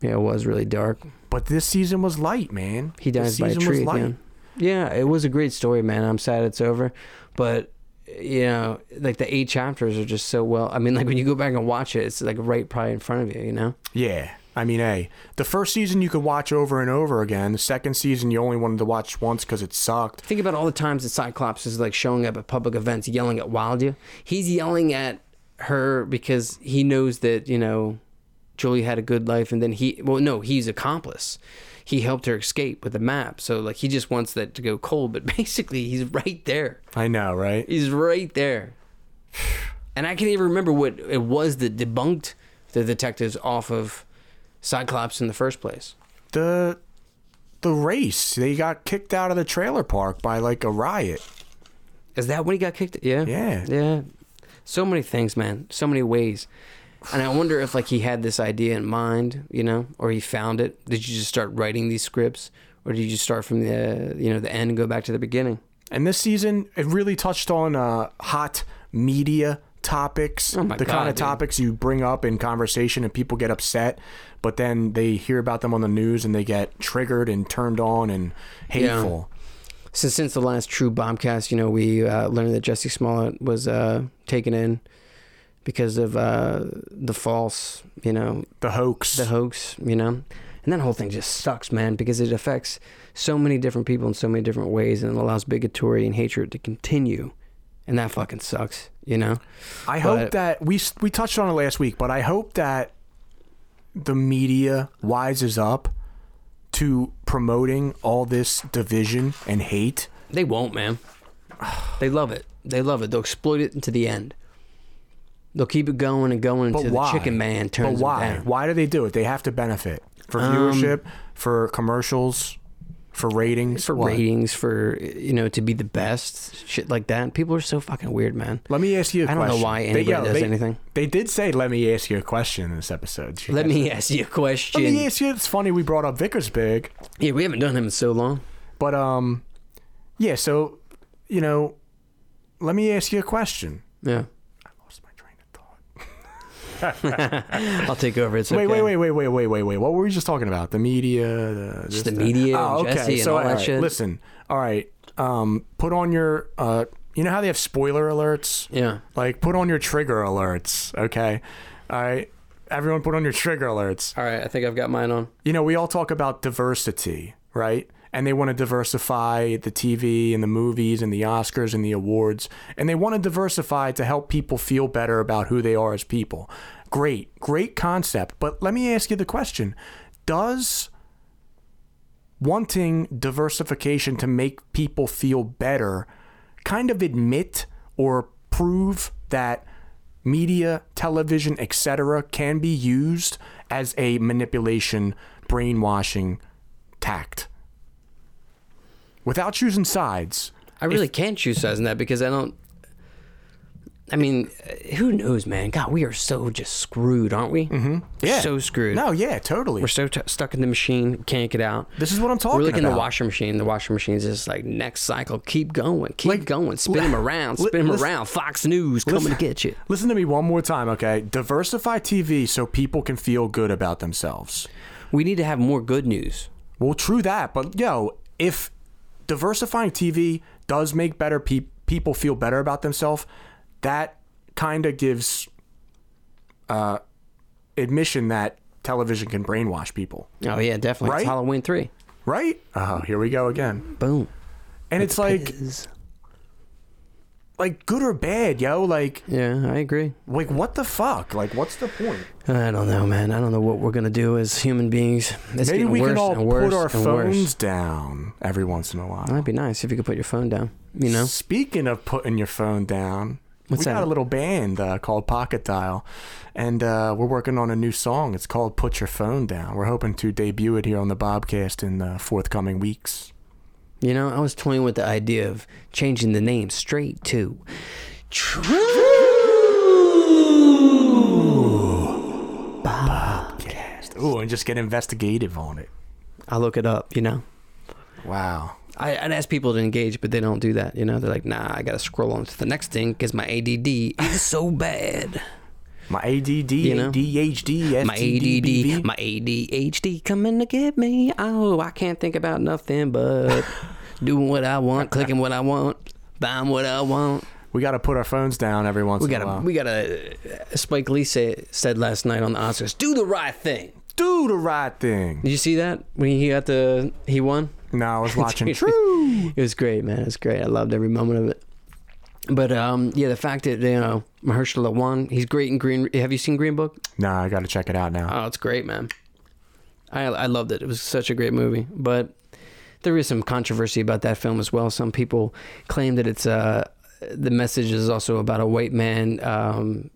[SPEAKER 1] Yeah, it was really dark.
[SPEAKER 2] But this season was light, man.
[SPEAKER 1] He
[SPEAKER 2] This
[SPEAKER 1] dies by a
[SPEAKER 2] season
[SPEAKER 1] tree again. Yeah, it was a great story, man. I'm sad it's over, but you know, like the eight chapters are just so well. I mean, like when you go back and watch it, it's like right probably in front of you. You know,
[SPEAKER 2] Yeah. I mean, hey, the first season you could watch over and over again. The second season you only wanted to watch once because it sucked.
[SPEAKER 1] think about all the times that Cyclops is like showing up at public events, yelling at Wildea. He's yelling at her because he knows that you know Julie had a good life, and then he well, no, he's accomplice. He helped her escape with the map, so like he just wants that to go cold. But basically, he's right there.
[SPEAKER 2] I know, right?
[SPEAKER 1] He's right there. And I can't even remember what it was that debunked the detectives off of Cyclops in the first place.
[SPEAKER 2] The the race. They got kicked out of the trailer park by like a riot.
[SPEAKER 1] Is that when he got kicked? Yeah.
[SPEAKER 2] Yeah.
[SPEAKER 1] Yeah. So many things, man. So many ways. And I wonder if like he had this idea in mind, you know, or he found it. Did you just start writing these scripts or did you just start from the, you know, the end and go back to the beginning?
[SPEAKER 2] And this season, it really touched on uh, hot media topics,
[SPEAKER 1] Oh my
[SPEAKER 2] the
[SPEAKER 1] God,
[SPEAKER 2] kind of
[SPEAKER 1] dude.
[SPEAKER 2] topics you bring up in conversation and people get upset, but then they hear about them on the news and they get triggered and turned on and hateful.
[SPEAKER 1] since since the last true bombcast, you know, we uh, learned that Jesse Smollett was uh, taken in because of uh, the false, you know,
[SPEAKER 2] The hoax.
[SPEAKER 1] the hoax, you know. And that whole thing just sucks, man, because it affects so many different people in so many different ways and it allows bigotry and hatred to continue. And that fucking sucks, you know?
[SPEAKER 2] I
[SPEAKER 1] But-
[SPEAKER 2] hope that we we touched on it last week, but I hope that the media wises up to promoting all this division and hate.
[SPEAKER 1] They won't, man. They love it. They love it. They'll exploit it to the end. They'll keep it going and going
[SPEAKER 2] But
[SPEAKER 1] until
[SPEAKER 2] why?
[SPEAKER 1] the chicken man
[SPEAKER 2] But
[SPEAKER 1] turns
[SPEAKER 2] why?
[SPEAKER 1] them down.
[SPEAKER 2] Why do they do it? They have to benefit for
[SPEAKER 1] Um,
[SPEAKER 2] viewership, for commercials, for ratings.
[SPEAKER 1] for
[SPEAKER 2] what?
[SPEAKER 1] ratings, for you know, to be the best, shit like that. People are so fucking weird, man.
[SPEAKER 2] Let me ask you. I
[SPEAKER 1] I don't know why anybody does
[SPEAKER 2] they,
[SPEAKER 1] anything.
[SPEAKER 2] They did say, "Let me ask you a question" in this episode. She
[SPEAKER 1] Let
[SPEAKER 2] goes,
[SPEAKER 1] me ask you a question.
[SPEAKER 2] Let me ask you. It's funny we brought up Vickersburg.
[SPEAKER 1] yeah, we haven't done him in so long.
[SPEAKER 2] But um, yeah. So you know, let me ask you a question.
[SPEAKER 1] Yeah,
[SPEAKER 2] I lost my train of thought.
[SPEAKER 1] I'll take over. It's
[SPEAKER 2] Wait,
[SPEAKER 1] okay.
[SPEAKER 2] wait, wait, wait, wait, wait, wait, wait. What were we just talking about? The media, the, this,
[SPEAKER 1] Just the media
[SPEAKER 2] Oh,
[SPEAKER 1] and
[SPEAKER 2] okay.
[SPEAKER 1] Jesse and
[SPEAKER 2] so
[SPEAKER 1] all that
[SPEAKER 2] alright,
[SPEAKER 1] shit.
[SPEAKER 2] Listen, all right. Um, put on your. Uh, you know how they have spoiler alerts.
[SPEAKER 1] Yeah,
[SPEAKER 2] Like, put on your trigger alerts. Okay. All right. Everyone, put on your trigger alerts.
[SPEAKER 1] all right. I think I've got mine on.
[SPEAKER 2] you know, we all talk about diversity, right? And they want to diversify the TV and the movies and the Oscars and the awards. And they want to diversify to help people feel better about who they are as people. Great, great concept. But let me ask you the question Does wanting diversification to make people feel better kind of admit or prove that media, television, etc. can be used as a manipulation, brainwashing tact. Without choosing sides,
[SPEAKER 1] I really can't choose size in that because I don't. I mean, uh, who knows, man? God, we are so just screwed, aren't we? Mm-hmm.
[SPEAKER 2] Yeah.
[SPEAKER 1] so screwed.
[SPEAKER 2] no, yeah, totally.
[SPEAKER 1] We're so t- stuck in the machine, can't get out.
[SPEAKER 2] This is what I'm talking
[SPEAKER 1] We're like in
[SPEAKER 2] about.
[SPEAKER 1] the washer machine. The washer machine's just like next cycle, keep going, keep going, spin them around,
[SPEAKER 2] li-
[SPEAKER 1] spin them
[SPEAKER 2] listen-
[SPEAKER 1] around. Fox News coming to get you.
[SPEAKER 2] Listen to me one more time, okay? Diversify TV so people can feel good about themselves.
[SPEAKER 1] We need to have more good news.
[SPEAKER 2] Well, true that, but yo, if diversifying TV does make better pe- people feel better about themselves, that kind of gives uh, admission that television can brainwash people,
[SPEAKER 1] Oh yeah, definitely.
[SPEAKER 2] Right?
[SPEAKER 1] It's Halloween three.
[SPEAKER 2] right?
[SPEAKER 1] Uh-huh.
[SPEAKER 2] Oh, here we go again.
[SPEAKER 1] Boom.
[SPEAKER 2] And it's like, like good or bad, yo. Like,
[SPEAKER 1] Yeah, I agree.
[SPEAKER 2] like what the fuck? Like, what's the point?
[SPEAKER 1] I don't know, man. I don't know what we're gonna do as human beings. It's
[SPEAKER 2] Maybe
[SPEAKER 1] getting
[SPEAKER 2] we
[SPEAKER 1] worse
[SPEAKER 2] can all
[SPEAKER 1] and worse
[SPEAKER 2] put our
[SPEAKER 1] and
[SPEAKER 2] phones
[SPEAKER 1] worse.
[SPEAKER 2] down every once in a while.
[SPEAKER 1] That'd be nice if you could put your phone down. You know,
[SPEAKER 2] Speaking of putting your phone down,
[SPEAKER 1] What's
[SPEAKER 2] we got
[SPEAKER 1] that?
[SPEAKER 2] a little band uh, called Pocket Dial, and uh, we're working on a new song. It's called "Put Your Phone Down." We're hoping to debut it here on the Bobcast in the forthcoming weeks.
[SPEAKER 1] you know. I was toying with the idea of changing the name straight to True
[SPEAKER 2] Ooh, and just get investigative on it.
[SPEAKER 1] I look it up. You know,
[SPEAKER 2] Wow.
[SPEAKER 1] I, I'd ask people to engage, but they don't do that. You know, they're like, nah, I gotta scroll on to the next thing because my ADD is so bad.
[SPEAKER 2] My ADD,
[SPEAKER 1] know?
[SPEAKER 2] ADHD,
[SPEAKER 1] My ADD, my ADHD coming to get me. Oh, I can't think about nothing but doing what I want, clicking what I want, buying what I want.
[SPEAKER 2] We got to put our phones down every once
[SPEAKER 1] We
[SPEAKER 2] in a
[SPEAKER 1] gotta,
[SPEAKER 2] while.
[SPEAKER 1] we gotta. uh, Spike Lee say, said last night on the Oscars, "Do the right thing."
[SPEAKER 2] Do the right thing.
[SPEAKER 1] Did you see that when he got the he won?
[SPEAKER 2] No, I was watching True.
[SPEAKER 1] It was great, man. It was great. I loved every moment of it. But um, yeah, the fact that you know Mahershala won, he's great in Green. Have you seen Green Book?
[SPEAKER 2] No, I got to check it out now.
[SPEAKER 1] Oh, it's great, man. I I loved it. It was such a great movie. But there is some controversy about that film as well. Some people claim that it's uh the message is also about a white man um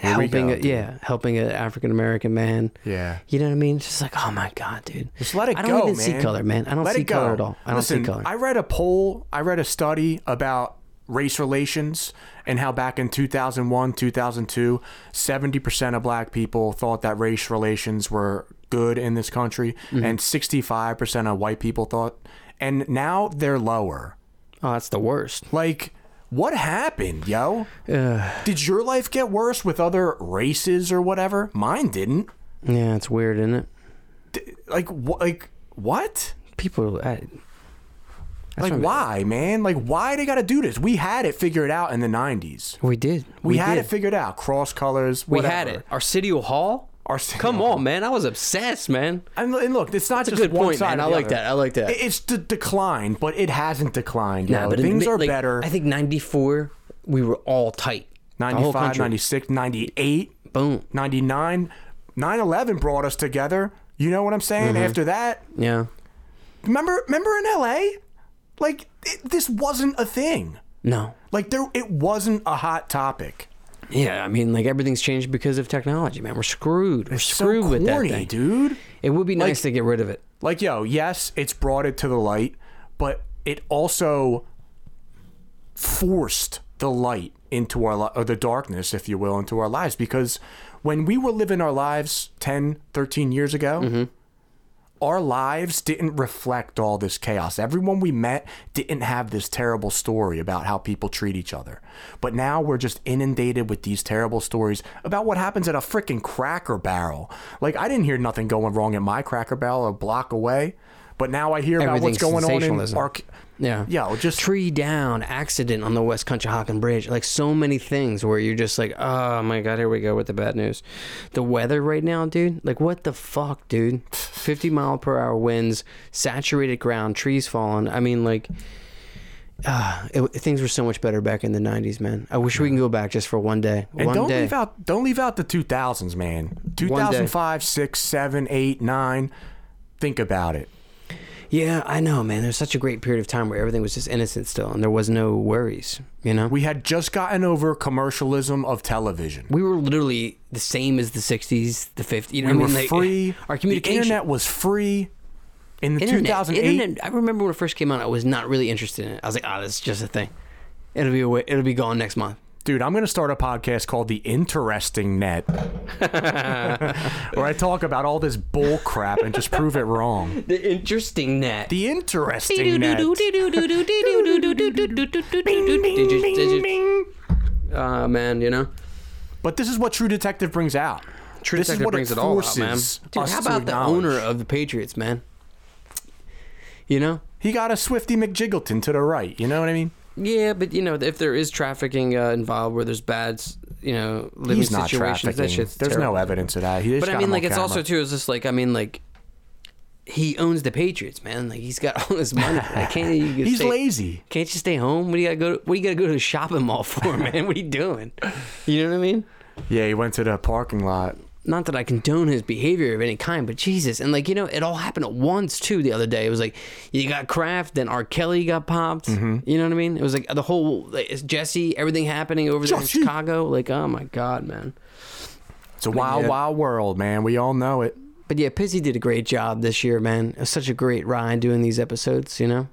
[SPEAKER 2] Here we
[SPEAKER 1] helping
[SPEAKER 2] go,
[SPEAKER 1] a,
[SPEAKER 2] dude.
[SPEAKER 1] yeah helping an African American man.
[SPEAKER 2] Yeah.
[SPEAKER 1] You know what I mean? It's just like oh my god, dude.
[SPEAKER 2] Just let it go.
[SPEAKER 1] I don't even see
[SPEAKER 2] man.
[SPEAKER 1] color, man. I don't
[SPEAKER 2] Let
[SPEAKER 1] see
[SPEAKER 2] it go.
[SPEAKER 1] color at all. I don't
[SPEAKER 2] Listen,
[SPEAKER 1] see color.
[SPEAKER 2] I read a poll, I read a study about race relations and how back in 2001, 2002, 70% of black people thought that race relations were good in this country
[SPEAKER 1] Mm-hmm.
[SPEAKER 2] and 65% of white people thought and now they're lower.
[SPEAKER 1] oh, that's the worst.
[SPEAKER 2] Like what happened, yo? Did your life get worse with other races or whatever? Mine didn't.
[SPEAKER 1] Yeah, it's weird, isn't it?
[SPEAKER 2] Like wh- like what?
[SPEAKER 1] People. I, that's
[SPEAKER 2] like
[SPEAKER 1] what I'm-
[SPEAKER 2] why, man? Like why they got to do this? We had it figured out in the '90s.
[SPEAKER 1] We did.
[SPEAKER 2] We, had
[SPEAKER 1] did.
[SPEAKER 2] it figured out. Cross colors.
[SPEAKER 1] We
[SPEAKER 2] whatever.
[SPEAKER 1] had it. Our city hall.
[SPEAKER 2] Our city
[SPEAKER 1] Come
[SPEAKER 2] hall.
[SPEAKER 1] on, man. I was obsessed, man.
[SPEAKER 2] And, and look, it's not
[SPEAKER 1] That's
[SPEAKER 2] just
[SPEAKER 1] a good
[SPEAKER 2] one
[SPEAKER 1] point,
[SPEAKER 2] side.
[SPEAKER 1] man.
[SPEAKER 2] or
[SPEAKER 1] I
[SPEAKER 2] the
[SPEAKER 1] like
[SPEAKER 2] other.
[SPEAKER 1] that. I like that.
[SPEAKER 2] It- It's the decline, but it hasn't declined.
[SPEAKER 1] Nah,
[SPEAKER 2] yo.
[SPEAKER 1] but in
[SPEAKER 2] Things
[SPEAKER 1] the mid-
[SPEAKER 2] are
[SPEAKER 1] like,
[SPEAKER 2] better.
[SPEAKER 1] I think '94, we were all tight. The whole
[SPEAKER 2] 95,
[SPEAKER 1] country.
[SPEAKER 2] 96, 98,
[SPEAKER 1] Boom.
[SPEAKER 2] 99. 9-11 brought us together. You know what I'm saying?
[SPEAKER 1] Mm-hmm.
[SPEAKER 2] After that,
[SPEAKER 1] Yeah.
[SPEAKER 2] remember, remember in L.A., like it, this wasn't a thing.
[SPEAKER 1] No.
[SPEAKER 2] Like there, it wasn't a hot topic.
[SPEAKER 1] Yeah, I mean, like everything's changed because of technology, man. We're screwed. We're
[SPEAKER 2] So
[SPEAKER 1] screwed with that
[SPEAKER 2] corny,
[SPEAKER 1] thing.
[SPEAKER 2] dude.
[SPEAKER 1] It would be nice to get rid of it.
[SPEAKER 2] like yo yes it's brought it to the light but it also forced the light into our li- or the darkness if you will into our lives because when we were living our lives 10 13 years ago
[SPEAKER 1] Mm-hmm.
[SPEAKER 2] our lives didn't reflect all this chaos everyone we met didn't have this terrible story about how people treat each other but now we're just inundated with these terrible stories about what happens at a freaking cracker barrel like i didn't hear nothing going wrong at my cracker barrel a block away but now i hear about what's
[SPEAKER 1] Everything's
[SPEAKER 2] going on in
[SPEAKER 1] sensationalism.
[SPEAKER 2] our
[SPEAKER 1] Yeah.
[SPEAKER 2] yo just
[SPEAKER 1] Tree down, accident on the West Conshohocken Bridge. Like so many things where you're just like, oh my God, here we go with the bad news. The weather right now, dude. Like, what the fuck, dude? 50 mile per hour winds, saturated ground, trees falling. I mean, like, ah, it, things were so much better back in the 90s, man. I wish we can go back just for one day.
[SPEAKER 2] And
[SPEAKER 1] one
[SPEAKER 2] don't
[SPEAKER 1] day.
[SPEAKER 2] leave out don't leave out the 2000s, man.
[SPEAKER 1] One day.
[SPEAKER 2] 2005, 6, 7, 8, 9. Think about it.
[SPEAKER 1] Yeah, I know, man. There's such a great period of time where everything was just innocent still and there was no worries, you know? We,
[SPEAKER 2] We had just gotten over commercialism of television.
[SPEAKER 1] were literally the same as the 60s, the 50s. You know
[SPEAKER 2] We
[SPEAKER 1] what I
[SPEAKER 2] were
[SPEAKER 1] mean? Like,
[SPEAKER 2] free.
[SPEAKER 1] Our
[SPEAKER 2] The
[SPEAKER 1] communication.
[SPEAKER 2] internet was free. In the 2008,
[SPEAKER 1] internet. I remember when it first came out, I was not really interested in it. I was like, oh, this is just a thing. It'll be away, it'll be gone next month.
[SPEAKER 2] dude, I'm going to start a podcast called The Interesting Net, where I talk about all this bull crap and just prove it wrong.
[SPEAKER 1] The interesting net.
[SPEAKER 2] The Interesting Net. Bing, bing,
[SPEAKER 1] Oh
[SPEAKER 2] bing.
[SPEAKER 1] man, you know.
[SPEAKER 2] But this is what True Detective brings out.
[SPEAKER 1] True
[SPEAKER 2] this is
[SPEAKER 1] Detective
[SPEAKER 2] what
[SPEAKER 1] brings
[SPEAKER 2] it
[SPEAKER 1] it all out,
[SPEAKER 2] forces
[SPEAKER 1] man. Dude,
[SPEAKER 2] us
[SPEAKER 1] how
[SPEAKER 2] to
[SPEAKER 1] about the
[SPEAKER 2] acknowledge.
[SPEAKER 1] owner of the Patriots, man? You know,
[SPEAKER 2] He got a Swifty McJiggleton to the right. You know what I mean?
[SPEAKER 1] Yeah, but you know, if there is trafficking uh, involved where there's bad, s- you know, living
[SPEAKER 2] He's not
[SPEAKER 1] situations, that
[SPEAKER 2] trafficking.
[SPEAKER 1] shit's
[SPEAKER 2] There's
[SPEAKER 1] terrible.
[SPEAKER 2] no evidence of that. He
[SPEAKER 1] But I mean, like, it's also too. It's just like I mean, like, he owns the Patriots, man. Like, he's got all this money. Like, can't you just
[SPEAKER 2] He's
[SPEAKER 1] stay,
[SPEAKER 2] lazy.
[SPEAKER 1] Can't you stay home? What do you gotta go? To, what do you gotta go to the shopping mall for, man? What are you doing? You know what I mean?
[SPEAKER 2] Yeah, he went to the parking lot.
[SPEAKER 1] not that I condone his behavior of any kind, but Jesus. And like, you know, it all happened at once too the other day. It was like, you got Kraft, then R. Kelly got popped.
[SPEAKER 2] Mm-hmm.
[SPEAKER 1] You know what I mean? It was like the whole like, it's Jesse, everything happening over there in
[SPEAKER 2] Jesse.
[SPEAKER 1] Chicago. Like, oh my God, man.
[SPEAKER 2] It's a wild,
[SPEAKER 1] yeah.
[SPEAKER 2] wild world, man. We all know it.
[SPEAKER 1] But yeah, Pizzy did a great job this year, man. It was such a great ride doing these episodes, you know?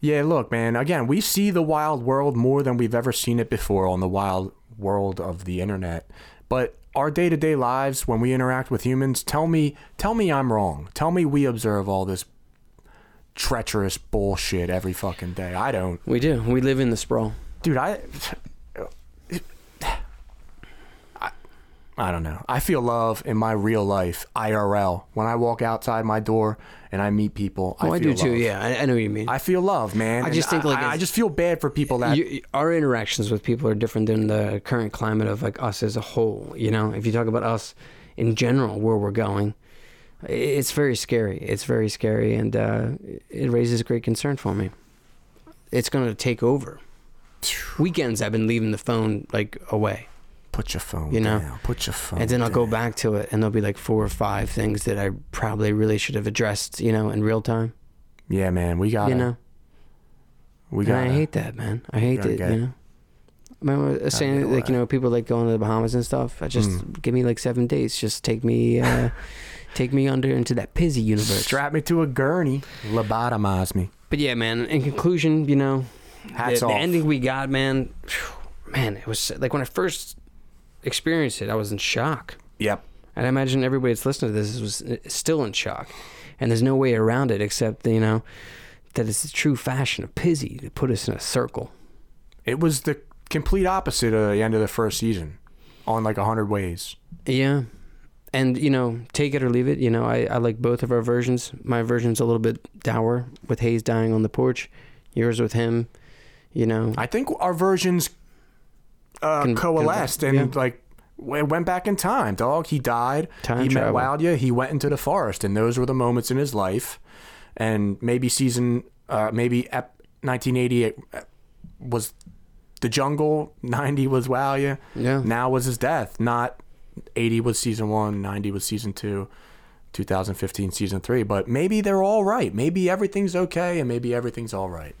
[SPEAKER 2] Yeah, look, man. Again, we see the wild world more than we've ever seen it before on the wild world of the internet. But our day-to-day lives, when we interact with humans, tell me, tell me I'm wrong. Tell me we observe all this treacherous bullshit every fucking day. I don't.
[SPEAKER 1] We do. We live in the sprawl.
[SPEAKER 2] dude I, I I don't know. I feel love in my real life, IRL. When I walk outside my door and I meet people,
[SPEAKER 1] Oh, I,
[SPEAKER 2] I
[SPEAKER 1] do
[SPEAKER 2] feel
[SPEAKER 1] too.
[SPEAKER 2] love.
[SPEAKER 1] Yeah, I, I know what you mean.
[SPEAKER 2] I feel love, man.
[SPEAKER 1] I
[SPEAKER 2] And
[SPEAKER 1] just think, like,
[SPEAKER 2] I, I
[SPEAKER 1] it's-
[SPEAKER 2] just feel bad for people that
[SPEAKER 1] you, our interactions with people are different than the current climate of like us as a whole. You know, if you talk about us in general, where we're going, i- it's very scary. It's very scary, and uh, it raises great concern for me. It's going to take over. Weekends, I've been leaving the phone like away,
[SPEAKER 2] put your phone
[SPEAKER 1] You know,
[SPEAKER 2] down. Put your phone.
[SPEAKER 1] and then I'll
[SPEAKER 2] down.
[SPEAKER 1] go back to it, and there'll be like four or five things that I probably really should have addressed, you know, in real time.
[SPEAKER 2] Yeah, man. We got.
[SPEAKER 1] You know,
[SPEAKER 2] We
[SPEAKER 1] And
[SPEAKER 2] got.
[SPEAKER 1] I hate that, man. I hate
[SPEAKER 2] Gotta
[SPEAKER 1] it.
[SPEAKER 2] get-
[SPEAKER 1] You know, remember
[SPEAKER 2] get Mm.
[SPEAKER 1] saying like you know people like going to the Bahamas and stuff. I just give me like seven days. Just take me, uh, take me under into that pizzy universe.
[SPEAKER 2] Strap me to a gurney. Lobotomize me.
[SPEAKER 1] But yeah, man. In conclusion, you know,
[SPEAKER 2] Hats
[SPEAKER 1] the,
[SPEAKER 2] off.
[SPEAKER 1] the ending we got, man. phew, Man, it was like when I first experienced it, I was in shock.
[SPEAKER 2] Yep.
[SPEAKER 1] And I imagine everybody that's listening to this was uh, still in shock. And there's no way around it except, you know, that it's the true fashion of Pizzy to put us in a circle.
[SPEAKER 2] It was the complete opposite of the end of the first season, on like a hundred ways.
[SPEAKER 1] Yeah. And, you know, take it or leave it. You know, I, I like both of our versions. My version's a little bit dour with Hayes dying on the porch, yours with him, you know.
[SPEAKER 2] I think our versions uh,
[SPEAKER 1] Con-
[SPEAKER 2] coalesced
[SPEAKER 1] con-
[SPEAKER 2] and like w- it went back in time. Dog, he died.
[SPEAKER 1] Time
[SPEAKER 2] he
[SPEAKER 1] travel.
[SPEAKER 2] met Walia. He went into the forest, and those were the moments in his life. And maybe season, uh, maybe ep- 1988 was the jungle. 90 was Walia.
[SPEAKER 1] Yeah.
[SPEAKER 2] Now was his death. Not 80 was season one. 90 was season two. 2015 season three, but maybe they're all right. Maybe everything's okay, and maybe everything's all right.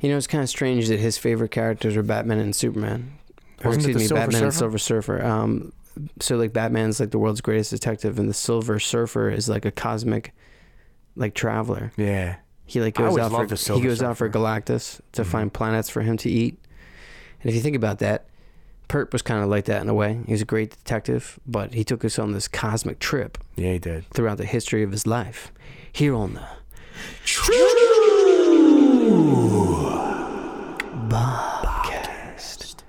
[SPEAKER 1] You know, it's kind of strange that his favorite characters are Batman and Superman. Or
[SPEAKER 2] Wasn't it
[SPEAKER 1] excuse
[SPEAKER 2] the
[SPEAKER 1] me,
[SPEAKER 2] Silver
[SPEAKER 1] Batman and Silver
[SPEAKER 2] Surfer?
[SPEAKER 1] Surfer. Um, so like Batman's like the world's greatest detective, and the Silver Surfer is like a cosmic, like traveler.
[SPEAKER 2] Yeah.
[SPEAKER 1] He like
[SPEAKER 2] I
[SPEAKER 1] goes
[SPEAKER 2] always
[SPEAKER 1] out for
[SPEAKER 2] loved the Silver
[SPEAKER 1] he goes out for
[SPEAKER 2] Surfer. Mm-hmm.
[SPEAKER 1] Galactus to find planets for him to eat. And if you think about that, Pert was kind of like that in a way. He was a great detective, but he took us on this cosmic trip
[SPEAKER 2] Yeah, he did.
[SPEAKER 1] throughout the history of his life. Here on the Bobcast.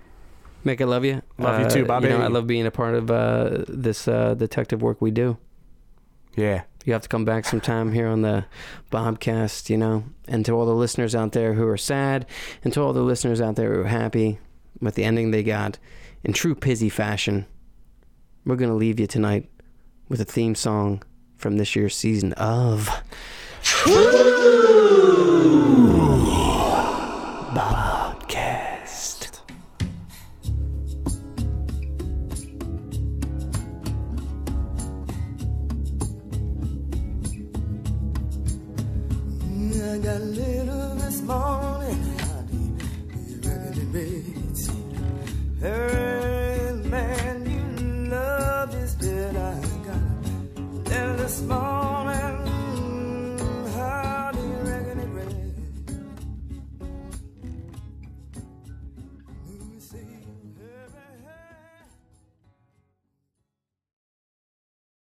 [SPEAKER 1] Mick, I love you. Uh,
[SPEAKER 2] Love you too, Bobby.
[SPEAKER 1] You know, I love being a part of uh, this uh, detective work we do.
[SPEAKER 2] Yeah.
[SPEAKER 1] You have to come back sometime here on the Bobcast, you know. And to all the listeners out there who are sad, and to all the listeners out there who are happy with the ending they got, in true Pizzy fashion, we're going to leave you tonight with a theme song from this year's season of Bobcast.
[SPEAKER 3] I got lit up this morning. I'll be ready to be. Hey,